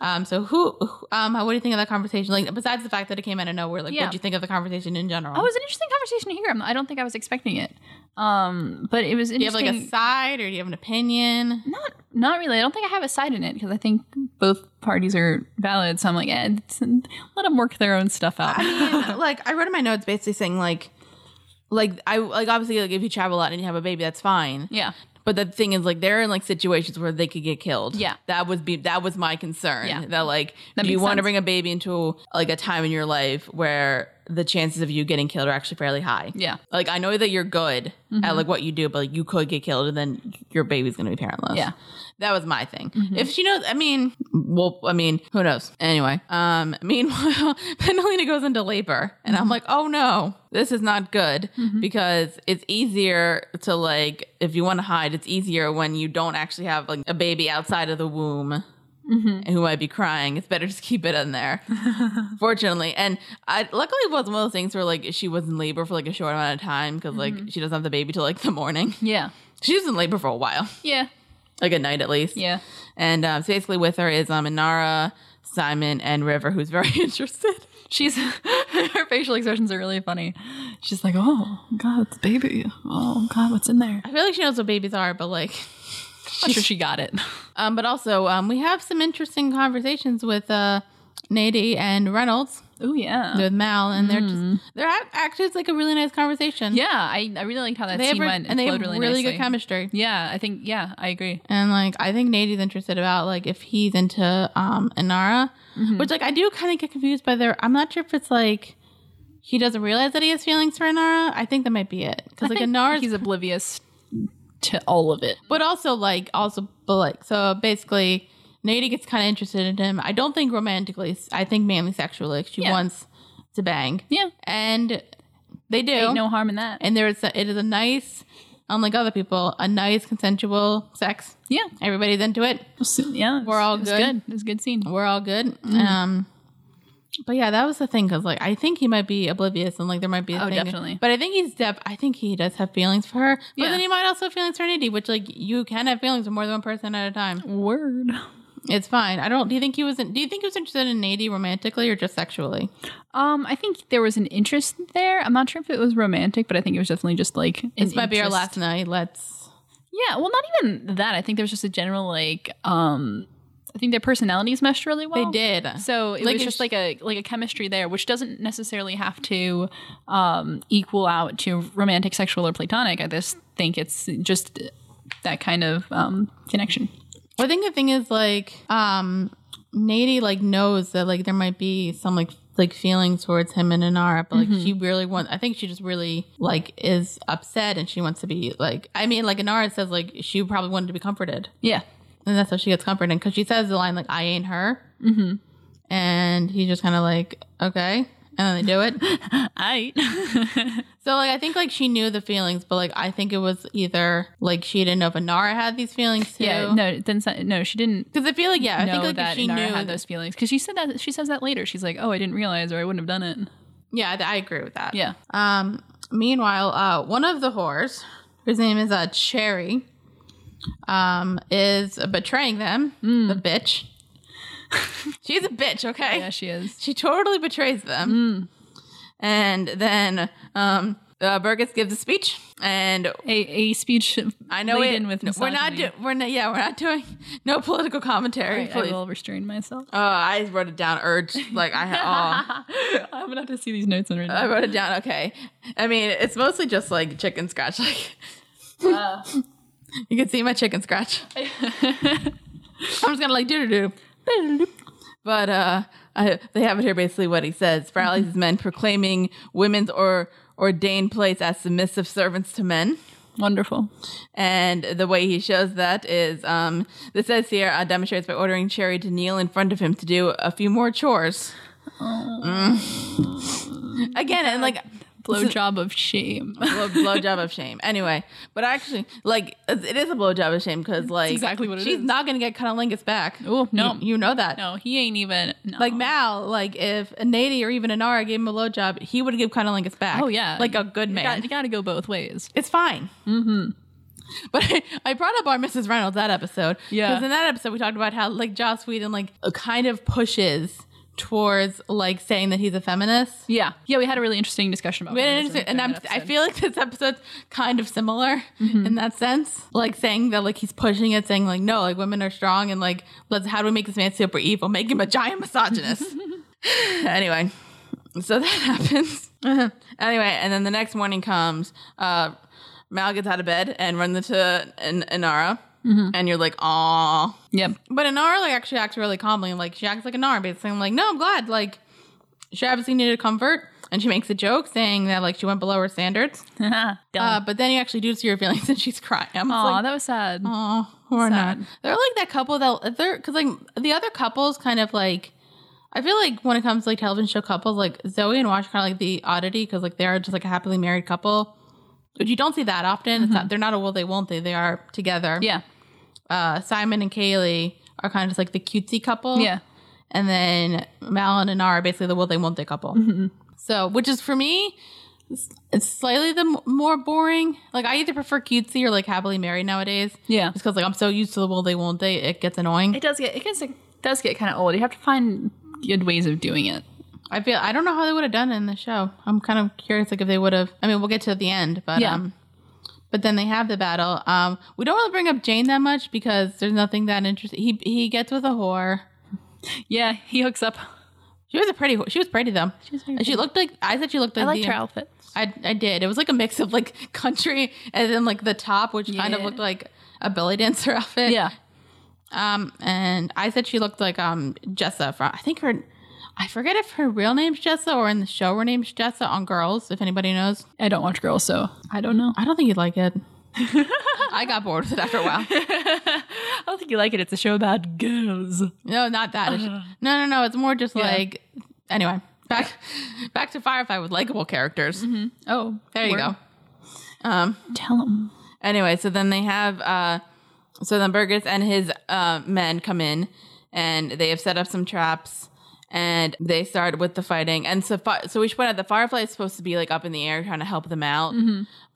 [SPEAKER 4] Um. So who, who- um? What do you think of that conversation? Like besides the fact that it came out of nowhere, like
[SPEAKER 2] Yeah.
[SPEAKER 4] what do you think of the conversation in general?
[SPEAKER 2] It was an interesting conversation to hear. I'm- I don't think I was expecting it. Um, but it was
[SPEAKER 4] Do you have
[SPEAKER 2] interesting.
[SPEAKER 4] like a side or do you have an opinion?
[SPEAKER 2] not not really. I don't think I have a side in it because I think both parties are valid. So I'm like, eh, it's- let them work their own stuff out.
[SPEAKER 4] like I wrote in my notes basically saying like like I like obviously like if you travel a lot and you have a baby, that's fine.
[SPEAKER 2] yeah.
[SPEAKER 4] But the thing is like they're in like situations where they could get killed.
[SPEAKER 2] Yeah.
[SPEAKER 4] That was be that was my concern.
[SPEAKER 2] Yeah.
[SPEAKER 4] That like
[SPEAKER 2] That
[SPEAKER 4] do you
[SPEAKER 2] makes
[SPEAKER 4] want to
[SPEAKER 2] sense.
[SPEAKER 4] bring a baby into like a time in your life where the chances of you getting killed are actually fairly high.
[SPEAKER 2] Yeah.
[SPEAKER 4] Like I know that you're good at like what you do, but like, you could get killed and then your baby's gonna be parentless.
[SPEAKER 2] Yeah.
[SPEAKER 4] That was my thing. If she knows I mean well I mean, who knows? Anyway. Um [laughs] meanwhile Penelina goes into labor and I'm like, oh no, this is not good because it's easier to like if you want to hide, it's easier when you don't actually have like a baby outside of the womb who might be crying. It's better just keep it in there. Fortunately, and I luckily it was one of those things where like she was in labor for like a short amount of time because like she doesn't have the baby till like the morning. [laughs]
[SPEAKER 2] Yeah.
[SPEAKER 4] She was in labor for a while, [laughs]
[SPEAKER 2] Yeah.
[SPEAKER 4] like at night at least.
[SPEAKER 2] Yeah.
[SPEAKER 4] And um, so basically with her is um Inara, Simon, and River, who's very [laughs] interested.
[SPEAKER 2] She's [laughs] her facial expressions are really funny. She's like, "Oh God, it's a baby. Oh God, what's in there?"
[SPEAKER 4] I feel like she knows what babies are, but like,
[SPEAKER 2] I'm sure she got it. [laughs]
[SPEAKER 4] um, but also um, we have some interesting conversations with uh Nady and Reynolds
[SPEAKER 2] Oh yeah.
[SPEAKER 4] with Mal, and they're just they're act- actually it's like a really nice conversation.
[SPEAKER 2] Yeah, I, I really liked how that
[SPEAKER 4] they have
[SPEAKER 2] scene
[SPEAKER 4] re-
[SPEAKER 2] went. It
[SPEAKER 4] and they have
[SPEAKER 2] flowed
[SPEAKER 4] really,
[SPEAKER 2] really,
[SPEAKER 4] good
[SPEAKER 2] nicely.
[SPEAKER 4] chemistry.
[SPEAKER 2] Yeah, I think yeah, I agree.
[SPEAKER 4] And like I think Nady's interested about like if he's into um Inara, which like I do kind of get confused by their. I'm not sure if it's like he doesn't realize that he has feelings for Inara. I think that might be it because like Inara's
[SPEAKER 2] he's oblivious to all of it.
[SPEAKER 4] but also like also but like so basically Nady gets kind of interested in him. I don't think romantically. I think mainly sexually. Like she
[SPEAKER 2] Yeah.
[SPEAKER 4] wants to bang.
[SPEAKER 2] Yeah.
[SPEAKER 4] and they do.
[SPEAKER 2] Ain't no harm in that.
[SPEAKER 4] and there is a, it is a nice, unlike other people, a nice consensual sex.
[SPEAKER 2] yeah.
[SPEAKER 4] Everybody's into it.
[SPEAKER 2] Yeah.
[SPEAKER 4] We're all
[SPEAKER 2] it was
[SPEAKER 4] good.
[SPEAKER 2] It was a good scene.
[SPEAKER 4] We're all good.
[SPEAKER 2] Mm-hmm.
[SPEAKER 4] Um, but yeah, that was the thing because like I think he might be oblivious and like there might be a
[SPEAKER 2] Oh,
[SPEAKER 4] thing.
[SPEAKER 2] definitely.
[SPEAKER 4] But I think he's deaf. I think he does have feelings for her. But
[SPEAKER 2] Yeah.
[SPEAKER 4] then he might also have feelings for Nady, which like you can have feelings for more than one person at a time.
[SPEAKER 2] Word.
[SPEAKER 4] It's fine. I don't. Do you think he was? In, do you think he was interested in Nady romantically or just sexually?
[SPEAKER 2] Um, I think there was an interest there. I'm not sure if it was romantic, but I think it was definitely just like an
[SPEAKER 4] This might be our
[SPEAKER 2] interest.
[SPEAKER 4] last night. Let's.
[SPEAKER 2] Yeah, well, not even that. I think there was just a general like. um I think their personalities meshed really well.
[SPEAKER 4] They did.
[SPEAKER 2] So it
[SPEAKER 4] Like,
[SPEAKER 2] was
[SPEAKER 4] if
[SPEAKER 2] just
[SPEAKER 4] sh-
[SPEAKER 2] like a like a chemistry there, which doesn't necessarily have to um, equal out to romantic, sexual, or platonic. I just think it's just that kind of um, connection.
[SPEAKER 4] Well, I think the thing is like, um, Nady like knows that like there might be some like like feelings towards him and Inara, but like she
[SPEAKER 2] Mm-hmm.
[SPEAKER 4] really wants. I think she just really like is upset and she wants to be like. I mean, like Inara says like she probably wanted to be comforted,
[SPEAKER 2] Yeah,
[SPEAKER 4] and that's how she gets comforted because she says the line like "I ain't her," mm-hmm. and he's just kind of like okay, and then they do
[SPEAKER 2] [laughs]
[SPEAKER 4] it.
[SPEAKER 2] I.
[SPEAKER 4] [laughs] So like I think like she knew the feelings, but like I think it was either like she didn't know if Inara had these feelings too.
[SPEAKER 2] yeah, no, then so- no, she didn't
[SPEAKER 4] Because I feel like yeah, I
[SPEAKER 2] know
[SPEAKER 4] think like if
[SPEAKER 2] that
[SPEAKER 4] she
[SPEAKER 2] Nara
[SPEAKER 4] knew
[SPEAKER 2] had those feelings because she said that she says that later. She's like, "Oh, I didn't realize, or I wouldn't have done it."
[SPEAKER 4] Yeah, I I agree with that.
[SPEAKER 2] Yeah,
[SPEAKER 4] Um. Meanwhile, uh, one of the whores, whose name is uh Cherry, um, is betraying them.
[SPEAKER 2] Mm.
[SPEAKER 4] The bitch. [laughs] She's a bitch. Okay.
[SPEAKER 2] yeah, she Mm. is.
[SPEAKER 4] She totally betrays them. And then um, uh, Burgess gives a speech, and
[SPEAKER 2] A, a speech.
[SPEAKER 4] I know it.
[SPEAKER 2] laden with
[SPEAKER 4] no, we're not. Do,
[SPEAKER 2] misogyny.
[SPEAKER 4] we're not. Yeah, we're not doing [laughs] no political commentary.
[SPEAKER 2] I, I
[SPEAKER 4] please.
[SPEAKER 2] will restrain [laughs] myself.
[SPEAKER 4] Oh, I wrote it down. Urge. Like I.
[SPEAKER 2] [laughs]
[SPEAKER 4] ha- Oh.
[SPEAKER 2] I'm gonna have to see these notes in right
[SPEAKER 4] I
[SPEAKER 2] now.
[SPEAKER 4] wrote it down. Okay. I mean, it's mostly just like chicken scratch. [laughs] Like you can see my chicken scratch. I'm just gonna like do do do. But uh, I, they have it here. Basically, what he says: Bradley's men proclaiming women's or ordained place as submissive servants to men.
[SPEAKER 2] Wonderful.
[SPEAKER 4] And the way he shows that is, um, this says here, uh, demonstrates by ordering Cherry to kneel in front of him to do a few more chores. Mm. [laughs] Again, and like
[SPEAKER 2] Blowjob of [laughs] shame.
[SPEAKER 4] blow, blow job of shame. Anyway, but actually, like it is a blow job of shame because like
[SPEAKER 2] exactly what it
[SPEAKER 4] she's
[SPEAKER 2] is.
[SPEAKER 4] not gonna get Cunnilingus back.
[SPEAKER 2] Oh, no.
[SPEAKER 4] you, you know that.
[SPEAKER 2] No, he ain't even. No.
[SPEAKER 4] Like Mal, like if Nady or even Inara gave him a blow job, he would give Cunnilingus back.
[SPEAKER 2] oh yeah,
[SPEAKER 4] like a good
[SPEAKER 2] You
[SPEAKER 4] man.
[SPEAKER 2] got- You got to go both ways.
[SPEAKER 4] It's fine. Mm-hmm. But [laughs] I, I brought up our Mrs. Reynolds that episode.
[SPEAKER 2] Yeah.
[SPEAKER 4] Because in that episode, we talked about how, like, Joss Whedon, like, kind of pushes towards, like, saying that he's a feminist.
[SPEAKER 2] Yeah, yeah. We had a really interesting discussion about.
[SPEAKER 4] But it
[SPEAKER 2] feminism
[SPEAKER 4] is- and
[SPEAKER 2] during
[SPEAKER 4] I'm,
[SPEAKER 2] that
[SPEAKER 4] I
[SPEAKER 2] episode.
[SPEAKER 4] feel like this episode's kind of similar in that sense. Like, saying that, like, he's pushing it, saying, like, no, like, women are strong, and, like, let's, how do we make this man super evil? Make him a giant misogynist. [laughs] anyway. So that [laughs] happens. anyway, and then the next morning comes. Uh, Mal gets out of bed and runs into An- Inara, and you're like, "Aw."
[SPEAKER 2] Yep. [laughs]
[SPEAKER 4] But Inara like actually acts really calmly. Like she acts like Inara, basically. I'm like, "No, I'm glad." Like she obviously needed comfort, and she makes a joke saying that like she went below her standards. Uh, but then you actually do see her [laughs] feelings, and she's crying. I'm just
[SPEAKER 2] Aw,
[SPEAKER 4] like,
[SPEAKER 2] that was sad.
[SPEAKER 4] Oh, or
[SPEAKER 2] Sad.
[SPEAKER 4] not. They're like that couple that they're because like the other couples kind of like. I feel like when it comes to like television show couples, like Zoe and Wash, are kind of like the oddity because like they are just like a happily married couple, which you don't see that often. It's not, they're not a will they won't they. They are together.
[SPEAKER 2] Mm-hmm. Yeah,
[SPEAKER 4] Uh, Simon and Kaylee are kind of just like the cutesy couple.
[SPEAKER 2] yeah.
[SPEAKER 4] And then Mal and Anar are basically the will they won't they couple.
[SPEAKER 2] Mm-hmm.
[SPEAKER 4] So, which is for me, it's slightly the m- more boring. Like I either prefer cutesy or like happily married nowadays.
[SPEAKER 2] Yeah.
[SPEAKER 4] Just because like I'm so used to the will they won't they, it gets annoying.
[SPEAKER 2] It does get. It gets. It does get kind of old. You have to find good ways of doing it.
[SPEAKER 4] I feel I don't know how they would have done it in the show. I'm kind of curious like if they would have. I mean, we'll get to the end, but
[SPEAKER 2] Yeah.
[SPEAKER 4] um, but then they have the battle. Um, we don't really bring up Jane that much because there's nothing that interesting. He he gets with a whore.
[SPEAKER 2] Yeah, he hooks up.
[SPEAKER 4] She was a pretty. She was pretty though. She,
[SPEAKER 2] was very
[SPEAKER 4] she looked like I said. She looked like
[SPEAKER 2] I liked
[SPEAKER 4] the-
[SPEAKER 2] her outfits.
[SPEAKER 4] I, I did. It was like a mix of like [laughs] country and then like the top, which kind of
[SPEAKER 2] Yeah.
[SPEAKER 4] looked like a belly dancer [laughs] outfit.
[SPEAKER 2] Yeah.
[SPEAKER 4] Um, and I said she looked like um Jessa from I think her, I forget if her real name's Jessa or in the show her name's Jessa on Girls. If anybody knows,
[SPEAKER 2] I don't watch girls, so I don't know.
[SPEAKER 4] I don't think you'd like
[SPEAKER 2] [laughs]
[SPEAKER 4] it. I got bored with it after a while.
[SPEAKER 2] I don't think you like it. It's a show about girls.
[SPEAKER 4] No, not that. It's- No, no, no. It's more just
[SPEAKER 2] Uh-huh. Yeah.
[SPEAKER 4] like anyway. Back, back to Firefly with likable characters.
[SPEAKER 2] Oh,
[SPEAKER 4] There you go.
[SPEAKER 2] Tell them.
[SPEAKER 4] Anyway, so then they have uh so then Burgess and his uh men come in and they have set up some traps and they start with the fighting. And so fi- so we should point out the Firefly is supposed to be like up in the air trying to help them out.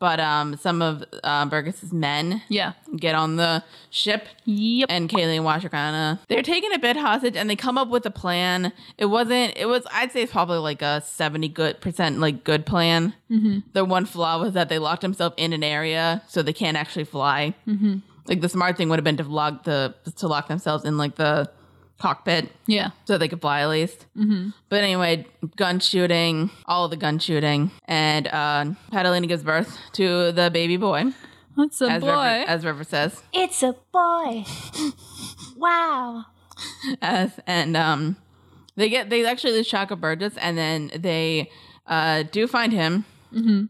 [SPEAKER 4] But um some of uh, Burgess's men
[SPEAKER 2] Yeah.
[SPEAKER 4] get on the ship
[SPEAKER 2] Yep.
[SPEAKER 4] and Kaylee and Washer kinda they're taken a bit hostage and they come up with a plan. It wasn't it was I'd say it's probably like a seventy good percent like good plan. Mm-hmm. The one flaw was that they locked themselves in an area so they can't actually fly. Mm-hmm. Like the smart thing would have been to lock the to lock themselves in like the cockpit
[SPEAKER 2] yeah.
[SPEAKER 4] so they could fly at least. Mm-hmm. But anyway, gun shooting, all of the gun shooting, and uh, Catalina gives birth to the baby boy,
[SPEAKER 2] That's a
[SPEAKER 4] as
[SPEAKER 2] boy.
[SPEAKER 4] River, as River says.
[SPEAKER 1] It's a boy. wow.
[SPEAKER 4] Yes, and um, they get they actually lose track of Burgess, and then they uh do find him.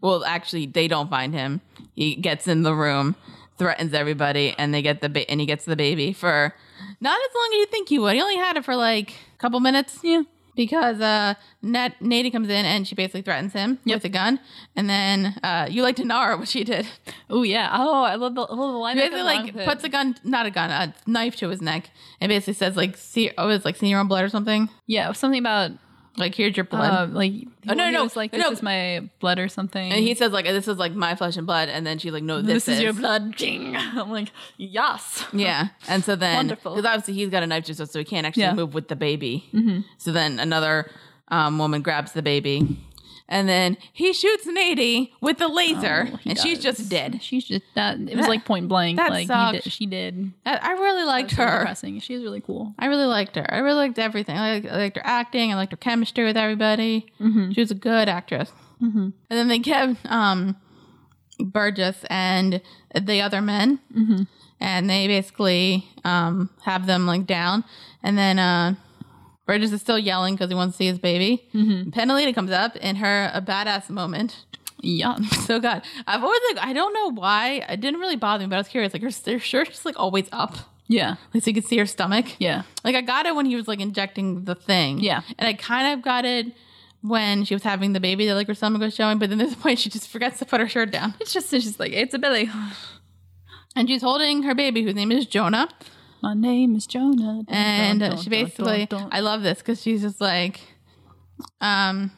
[SPEAKER 4] Well, actually, they don't find him. He gets in the room, threatens everybody, and they get the ba- and he gets the baby for not as long as you think he would. He only had it for like a couple minutes.
[SPEAKER 2] yeah.
[SPEAKER 4] Because uh, Nat Nady comes in and she basically threatens him with a gun, and then uh, you like to gnar what she did.
[SPEAKER 2] Oh yeah. Oh, I love the, I love the line.
[SPEAKER 4] He
[SPEAKER 2] that
[SPEAKER 4] basically
[SPEAKER 2] goes along
[SPEAKER 4] like
[SPEAKER 2] with it.
[SPEAKER 4] puts a gun, not a gun, a knife to his neck, and basically says like, "See, oh, it's like senior on blood or something."
[SPEAKER 2] yeah something about
[SPEAKER 4] Like, here's your blood.
[SPEAKER 2] uh, like
[SPEAKER 4] Oh, no,
[SPEAKER 2] he
[SPEAKER 4] no,
[SPEAKER 2] was like this
[SPEAKER 4] no.
[SPEAKER 2] is my blood or something.
[SPEAKER 4] and he says like, "This is like my flesh and blood," and then she's like, "No, this,
[SPEAKER 2] this, is, your blood. [laughs] Jing. I'm like yes.
[SPEAKER 4] Yeah, and so then
[SPEAKER 2] Wonderful.
[SPEAKER 4] because obviously he's got a knife just so he can't actually
[SPEAKER 2] Yeah. Mm-hmm.
[SPEAKER 4] move with the baby. So then another um, woman grabs the baby, and then he shoots Nady with the laser,
[SPEAKER 2] Oh, he
[SPEAKER 4] and she's
[SPEAKER 2] does.
[SPEAKER 4] just dead.
[SPEAKER 2] She's just that. It was
[SPEAKER 4] That-
[SPEAKER 2] like point blank.
[SPEAKER 4] that
[SPEAKER 2] like he
[SPEAKER 4] sucked.
[SPEAKER 2] did- she did.
[SPEAKER 4] I, I really liked
[SPEAKER 2] So
[SPEAKER 4] her.
[SPEAKER 2] depressing. She's really cool.
[SPEAKER 4] I really liked her. I really liked everything. I liked, I liked her acting. I liked her chemistry with everybody. She was a good actress. Mm-hmm. And then they kept um, Burgess and the other men, and they basically um, have them like down. And then uh, Burgess is still yelling because he wants to see his baby. mm Penelita comes up in her a badass moment. [laughs]
[SPEAKER 2] Yeah.
[SPEAKER 4] So God, I've always like I don't know why it didn't really bother me, but I was curious. Like her, her shirt's like always up,
[SPEAKER 2] Yeah.
[SPEAKER 4] like so you could see her stomach.
[SPEAKER 2] Yeah.
[SPEAKER 4] Like I got it when he was like injecting the thing.
[SPEAKER 2] Yeah.
[SPEAKER 4] And I kind of got it when she was having the baby that like her stomach was showing, but then there's a [laughs] point she just forgets to put her shirt down.
[SPEAKER 2] It's just it's just like it's a belly.
[SPEAKER 4] And she's holding her baby whose name is Jonah.
[SPEAKER 2] My name is Jonah.
[SPEAKER 4] And
[SPEAKER 2] Dun, dun,
[SPEAKER 4] she
[SPEAKER 2] dun,
[SPEAKER 4] basically
[SPEAKER 2] dun, dun.
[SPEAKER 4] I love this because she's just like um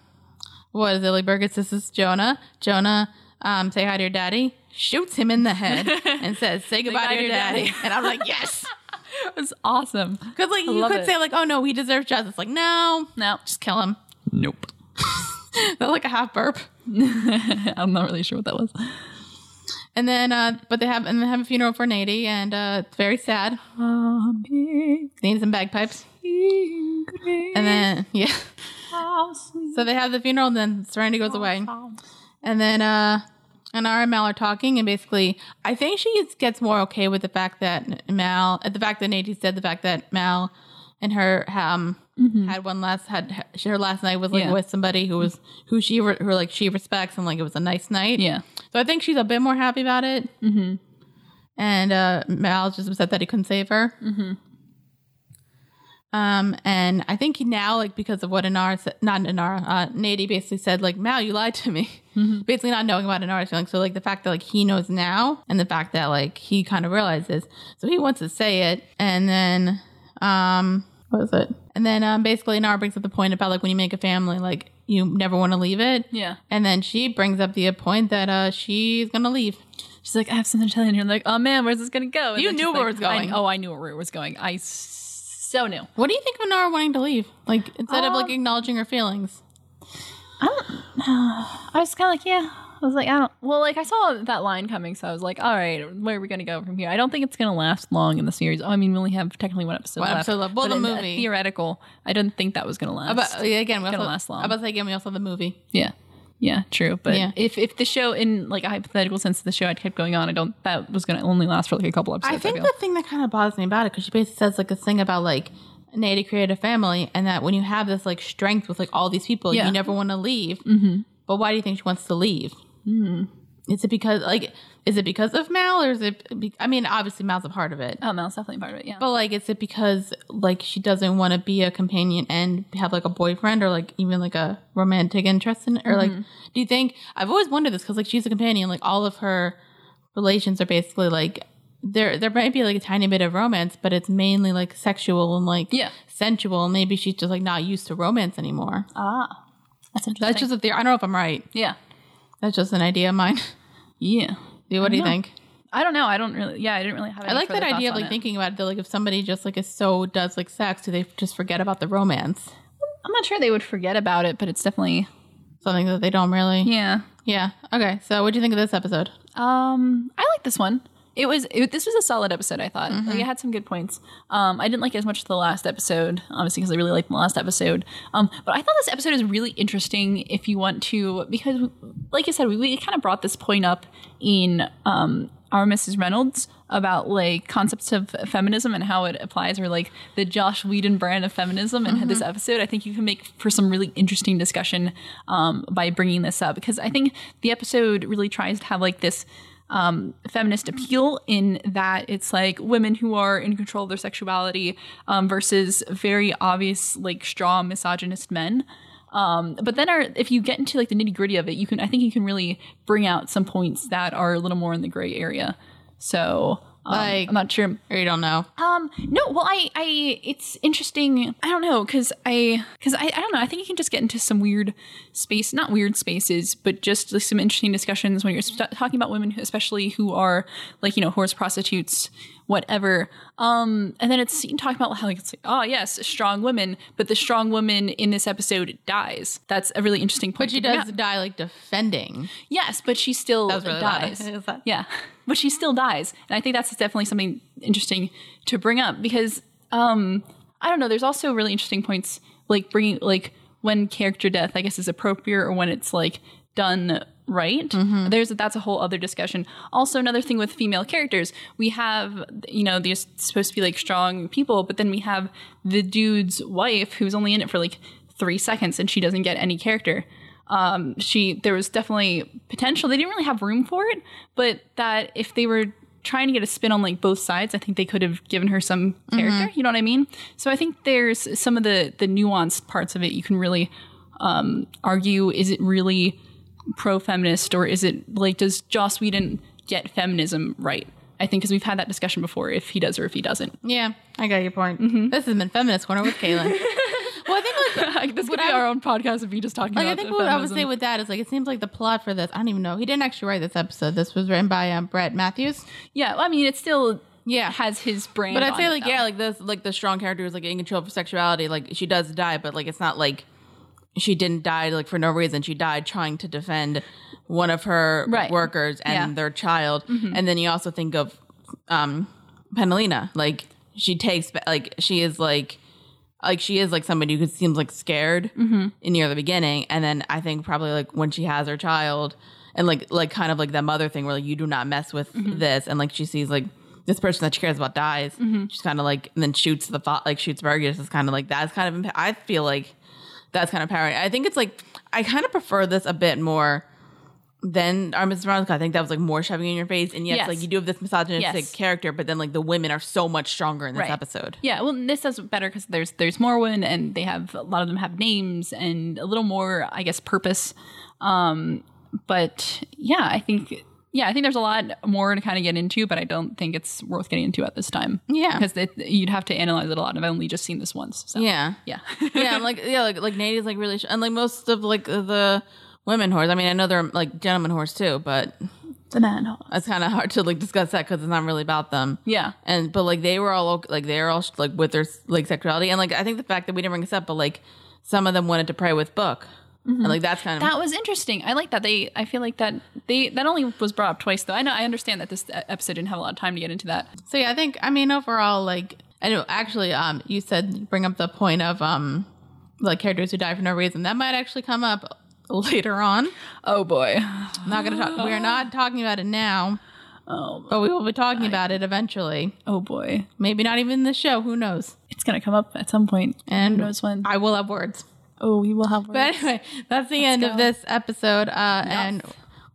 [SPEAKER 4] what is it, like Burgess? This is Jonah. Jonah, um, say hi to your daddy. Shoots him in the
[SPEAKER 2] [laughs]
[SPEAKER 4] head and says, "Say goodbye to your daddy." And I'm like, "Yes,"
[SPEAKER 2] It was awesome.
[SPEAKER 4] because like you
[SPEAKER 2] love
[SPEAKER 4] could
[SPEAKER 2] it.
[SPEAKER 4] say like, "Oh no, he deserves justice." Like, no, [laughs]
[SPEAKER 2] No.
[SPEAKER 4] just kill him.
[SPEAKER 2] Nope.
[SPEAKER 4] That's like a half burp.
[SPEAKER 2] [laughs] I'm not really sure what that was.
[SPEAKER 4] And then, uh, but they have and they have a funeral for Nady, and uh, it's very sad. They need some bagpipes, and then [laughs] yeah. So they have the funeral, and then Serenity goes away, and then uh, and Nara and Mal are talking, and basically, I think she gets- gets more okay with the fact that Mal, uh, the fact that Nady said the fact that Mal and her um had one last had her last night was like
[SPEAKER 2] Mm-hmm. Yeah.
[SPEAKER 4] with somebody who was who she re- who like she respects, and like it was a nice night,
[SPEAKER 2] Yeah.
[SPEAKER 4] so I think she's a bit more happy about it. Mm-hmm. And uh, Mal's just upset that he couldn't save her. Mm-hmm. Um, and I think now, like because of what Inara, said, not Inara, uh, Nady basically said, like Mal, you lied to me, [laughs] basically not knowing about Inara's feelings. So like the fact that like he knows now, and the fact that like he kind of realizes, so he wants to say it, and then um, what is it? And then um, basically Inara brings up the point about like when you make a family, like you never want to leave it,
[SPEAKER 2] Yeah.
[SPEAKER 4] and then she brings up the point that uh, she's gonna leave.
[SPEAKER 2] She's like, I have something to tell you. And you're like, oh man, where's this going to go? And
[SPEAKER 4] You
[SPEAKER 2] then
[SPEAKER 4] knew
[SPEAKER 2] she's
[SPEAKER 4] where
[SPEAKER 2] like,
[SPEAKER 4] it was going.
[SPEAKER 2] I, oh, I knew where it was going. I s- so knew.
[SPEAKER 4] What do you think of Nara wanting to leave? Like Um, instead of like acknowledging her feelings,
[SPEAKER 1] I was kind of like, yeah,
[SPEAKER 2] I was like, I don't. Well, like I saw that line coming, so I was like, all right, where are we gonna go from here? I don't think it's gonna last long in the series. Oh, I mean, we only have technically one episode
[SPEAKER 4] One
[SPEAKER 2] left.
[SPEAKER 4] episode left. Well,
[SPEAKER 2] but
[SPEAKER 4] the
[SPEAKER 2] in uh,
[SPEAKER 4] movie.
[SPEAKER 2] theoretical. I didn't think that was gonna last.
[SPEAKER 4] About, yeah, again, we
[SPEAKER 2] It's
[SPEAKER 4] also,
[SPEAKER 2] gonna last long.
[SPEAKER 4] About to say again, we also have the movie.
[SPEAKER 2] yeah, yeah, true. But
[SPEAKER 4] Yeah.
[SPEAKER 2] if if the show in like a hypothetical sense of the show had kept going on, I don't that was gonna only last for like a couple episodes.
[SPEAKER 4] I think
[SPEAKER 2] feel.
[SPEAKER 4] the thing that kind of bothers me about it because she basically says like this thing about like Nate to create a family and that when you have this like strength with like all these people,
[SPEAKER 2] Yeah.
[SPEAKER 4] you never want to leave. Mm-hmm. But why do you think she wants to leave? Mm-hmm. Is it because like is it because of Mal or is it? Be- I mean, obviously Mal's a part of it,
[SPEAKER 2] oh, Mal's definitely part of it. Yeah,
[SPEAKER 4] but like, is it because like she doesn't want to be a companion and have like a boyfriend or like even like a romantic interest in, or like, do you think? I've always wondered this because like she's a companion, like all of her relations are basically like there. There might be like a tiny bit of romance, but it's mainly like sexual and like
[SPEAKER 2] Yeah.
[SPEAKER 4] sensual. Maybe she's just like not used to romance anymore.
[SPEAKER 2] ah, that's interesting.
[SPEAKER 4] That's just a theory. I don't know if I'm right.
[SPEAKER 2] yeah,
[SPEAKER 4] That's just an idea of mine. [laughs]
[SPEAKER 2] yeah.
[SPEAKER 4] Dude, what do you think?
[SPEAKER 2] I don't know. I don't really. Yeah, I didn't really have.
[SPEAKER 4] I like that idea of like
[SPEAKER 2] thinking.
[SPEAKER 4] thinking about it. Though, like if somebody just like is so does like sex, do they just forget about the romance?
[SPEAKER 2] I'm not sure they would forget about it, but it's definitely
[SPEAKER 4] something that they don't really. Yeah.
[SPEAKER 2] yeah.
[SPEAKER 4] Okay. So, what do you think of this episode?
[SPEAKER 2] Um, I like this one. It was it, this was a solid episode. I thought like, it had some good points. Um, I didn't like it as much as the last episode, obviously because I really liked the last episode. Um, but I thought this episode is really interesting if you want to because, like I said, we, we kind of brought this point up in um, our Mrs. Reynolds about like concepts of feminism and how it applies, or like the Josh Whedon brand of feminism. And this episode, I think you can make for some really interesting discussion um, by bringing this up because I think the episode really tries to have like this um, feminist appeal in that it's like women who are in control of their sexuality um, versus very obvious like straw misogynist men. Um, but then our, if you get into like the nitty gritty of it, you can I think you can really bring out some points that are a little more in the gray area. So um,
[SPEAKER 4] Like-
[SPEAKER 2] I'm not sure.
[SPEAKER 4] Or you don't know?
[SPEAKER 2] Um, no, well, I, I, it's interesting. I don't know, cause I, cause I, I don't know. I think you can just get into some weird space, not weird spaces, but just like some interesting discussions when you're st- talking about women, who- especially who are like you know whores, prostitutes, whatever. Um, and then it's you can talk about how like it's like, oh yes, strong women, but the strong woman in this episode dies. That's a really interesting point.
[SPEAKER 4] But she
[SPEAKER 2] to bring
[SPEAKER 4] does
[SPEAKER 2] up.
[SPEAKER 4] die like defending.
[SPEAKER 2] Yes, but she still
[SPEAKER 4] That was really loud.
[SPEAKER 2] dies.
[SPEAKER 4] It was loud.
[SPEAKER 2] Yeah, but she still dies, and I think that's definitely something interesting to bring up because um, I don't know. There's also really interesting points like bringing like when character death, I guess, is appropriate or when it's like done right. There's that's a whole other discussion. Also, another thing with female characters, we have you know they're supposed to be like strong people, but then we have the dude's wife who's only in it for like three seconds and she doesn't get any character um, she there was definitely potential. They didn't really have room for it, but that if they were trying to get a spin on like both sides, I think they could have given her some
[SPEAKER 4] Mm-hmm.
[SPEAKER 2] character. You know what I mean? So I think there's some of the the nuanced parts of it you can really um, argue. Is it really pro feminist or is it like does Joss Whedon get feminism right? I think because we've had that discussion before, if he does or if he doesn't.
[SPEAKER 4] Yeah, I got your point.
[SPEAKER 2] Mm-hmm.
[SPEAKER 4] This has been Feminist Corner with Kaylin. well,
[SPEAKER 2] [laughs]
[SPEAKER 4] I think like.
[SPEAKER 2] this could
[SPEAKER 4] What
[SPEAKER 2] be
[SPEAKER 4] I
[SPEAKER 2] our own podcast if we just talking
[SPEAKER 4] Like
[SPEAKER 2] about
[SPEAKER 4] I think what I would
[SPEAKER 2] feminism.
[SPEAKER 4] say with that is like it seems like the plot for this I don't even know he didn't actually write this episode this was written by um, Brett Matthews
[SPEAKER 2] yeah, well, I mean, it still
[SPEAKER 4] yeah
[SPEAKER 2] has his brand.
[SPEAKER 4] but I'd say
[SPEAKER 2] on it,
[SPEAKER 4] like
[SPEAKER 2] though.
[SPEAKER 4] yeah like this like the strong character who's like in control of sexuality like she does die but like it's not like she didn't die like for no reason she died trying to defend one of her
[SPEAKER 2] Right.
[SPEAKER 4] workers and
[SPEAKER 2] Yeah. Mm-hmm.
[SPEAKER 4] their child and then you also think of um Penelina like she takes ba- like she is like like she is like somebody who seems like scared
[SPEAKER 2] Mm-hmm.
[SPEAKER 4] in near the beginning and then i think probably like when she has her child and like like kind of like that mother thing where like you do not mess with
[SPEAKER 2] Mm-hmm.
[SPEAKER 4] this and like she sees like this person that she cares about dies
[SPEAKER 2] Mm-hmm.
[SPEAKER 4] she's kind of like and then shoots the fo- like shoots Burgess is kind of like that's kind of imp- i feel like that's kind of empowering i think it's like i kind of prefer this a bit more than our Mrs. Veronica, I think that was like more shoving in your face, and yes,
[SPEAKER 2] Yes.
[SPEAKER 4] like you do have this misogynistic
[SPEAKER 2] Yes.
[SPEAKER 4] character, but then like the women are so much stronger in this
[SPEAKER 2] Right.
[SPEAKER 4] episode.
[SPEAKER 2] Yeah, well, this does better because there's there's more women, and they have a lot of them have names and a little more, I guess, purpose. Um, but yeah, I think yeah, I think there's a lot more to kind of get into, but I don't think it's worth getting into at this time.
[SPEAKER 4] Yeah.
[SPEAKER 2] because it, you'd have to analyze it a lot, and I've only just seen this once. So.
[SPEAKER 4] Yeah, [laughs]
[SPEAKER 2] yeah,
[SPEAKER 4] yeah, and, like yeah, like like Nate is like really, sh- and like most of like uh, the women whores. I mean, I know they're like gentlemen whores too, but
[SPEAKER 2] the man.
[SPEAKER 4] it's kind of hard to like discuss that because it's not really about them.
[SPEAKER 2] Yeah,
[SPEAKER 4] and but like they were all ok- like they were all sh- like with their like sexuality, and like I think the fact Mm-hmm. that we didn't bring this up, but like some of them wanted to pray with Book. and like that's kind of
[SPEAKER 2] That was interesting. I like that. They, I feel like that they that only was brought up twice though. I know I understand that this e- episode didn't have a lot of time to get into that.
[SPEAKER 4] So yeah, I think I mean overall, like I know actually, um, you said bring up the point of um, like characters who die for no reason. That might actually come up later on.
[SPEAKER 2] Oh boy.
[SPEAKER 4] I'm not gonna talk. We are [gasps] not talking about it now,
[SPEAKER 2] Oh.
[SPEAKER 4] but we will be talking about it eventually.
[SPEAKER 2] Oh boy.
[SPEAKER 4] Maybe not even this show. Who knows?
[SPEAKER 2] It's gonna come up at some point.
[SPEAKER 4] And
[SPEAKER 2] Who knows when?
[SPEAKER 4] I will have words.
[SPEAKER 2] Oh, we will have.
[SPEAKER 4] But anyway, that's the end of
[SPEAKER 2] go.
[SPEAKER 4] this episode. Uh, and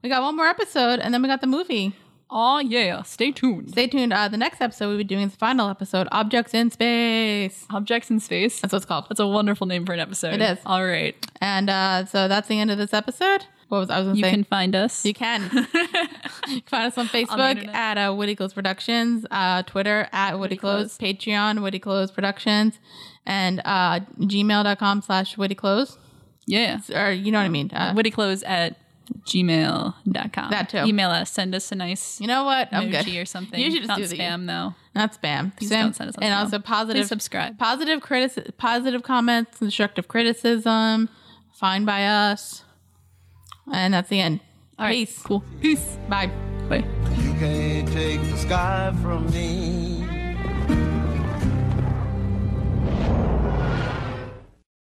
[SPEAKER 4] we got one more episode, and then we got the movie.
[SPEAKER 2] [laughs] oh yeah. Stay tuned.
[SPEAKER 4] Stay tuned. Uh, the next episode we'll be doing is the final episode, Objects in Space.
[SPEAKER 2] Objects in space.
[SPEAKER 4] That's what it's called.
[SPEAKER 2] That's a wonderful name for an episode.
[SPEAKER 4] It is.
[SPEAKER 2] All right.
[SPEAKER 4] And uh, so that's the end of this episode. What was I was gonna
[SPEAKER 2] You
[SPEAKER 4] say?
[SPEAKER 2] can find
[SPEAKER 4] [laughs]
[SPEAKER 2] us.
[SPEAKER 4] you
[SPEAKER 2] [laughs]
[SPEAKER 4] can find us on Facebook
[SPEAKER 2] internet.
[SPEAKER 4] at uh, Woody Close Productions, uh, Twitter at Woody Close, Patreon Woody Close Productions, and uh, gmail.com slash Woody Close.
[SPEAKER 2] yeah.
[SPEAKER 4] Or you know what I mean? Uh,
[SPEAKER 2] Wittyclose at gmail.com.
[SPEAKER 4] That too.
[SPEAKER 2] Email us. Send us a nice
[SPEAKER 4] you know what? I'm
[SPEAKER 2] emoji
[SPEAKER 4] good.
[SPEAKER 2] or something.
[SPEAKER 4] [laughs] You should just
[SPEAKER 2] Not
[SPEAKER 4] do the-
[SPEAKER 2] spam though.
[SPEAKER 4] Not spam.
[SPEAKER 2] Please
[SPEAKER 4] Spam.
[SPEAKER 2] don't send us on
[SPEAKER 4] And
[SPEAKER 2] spam.
[SPEAKER 4] also positive
[SPEAKER 2] Please subscribe.
[SPEAKER 4] Positive critici- positive comments, constructive criticism, fine by us. And that's the end.
[SPEAKER 2] All right.
[SPEAKER 4] Peace.
[SPEAKER 2] Cool.
[SPEAKER 4] Peace. Bye.
[SPEAKER 2] Bye.
[SPEAKER 3] You can't take the sky from me.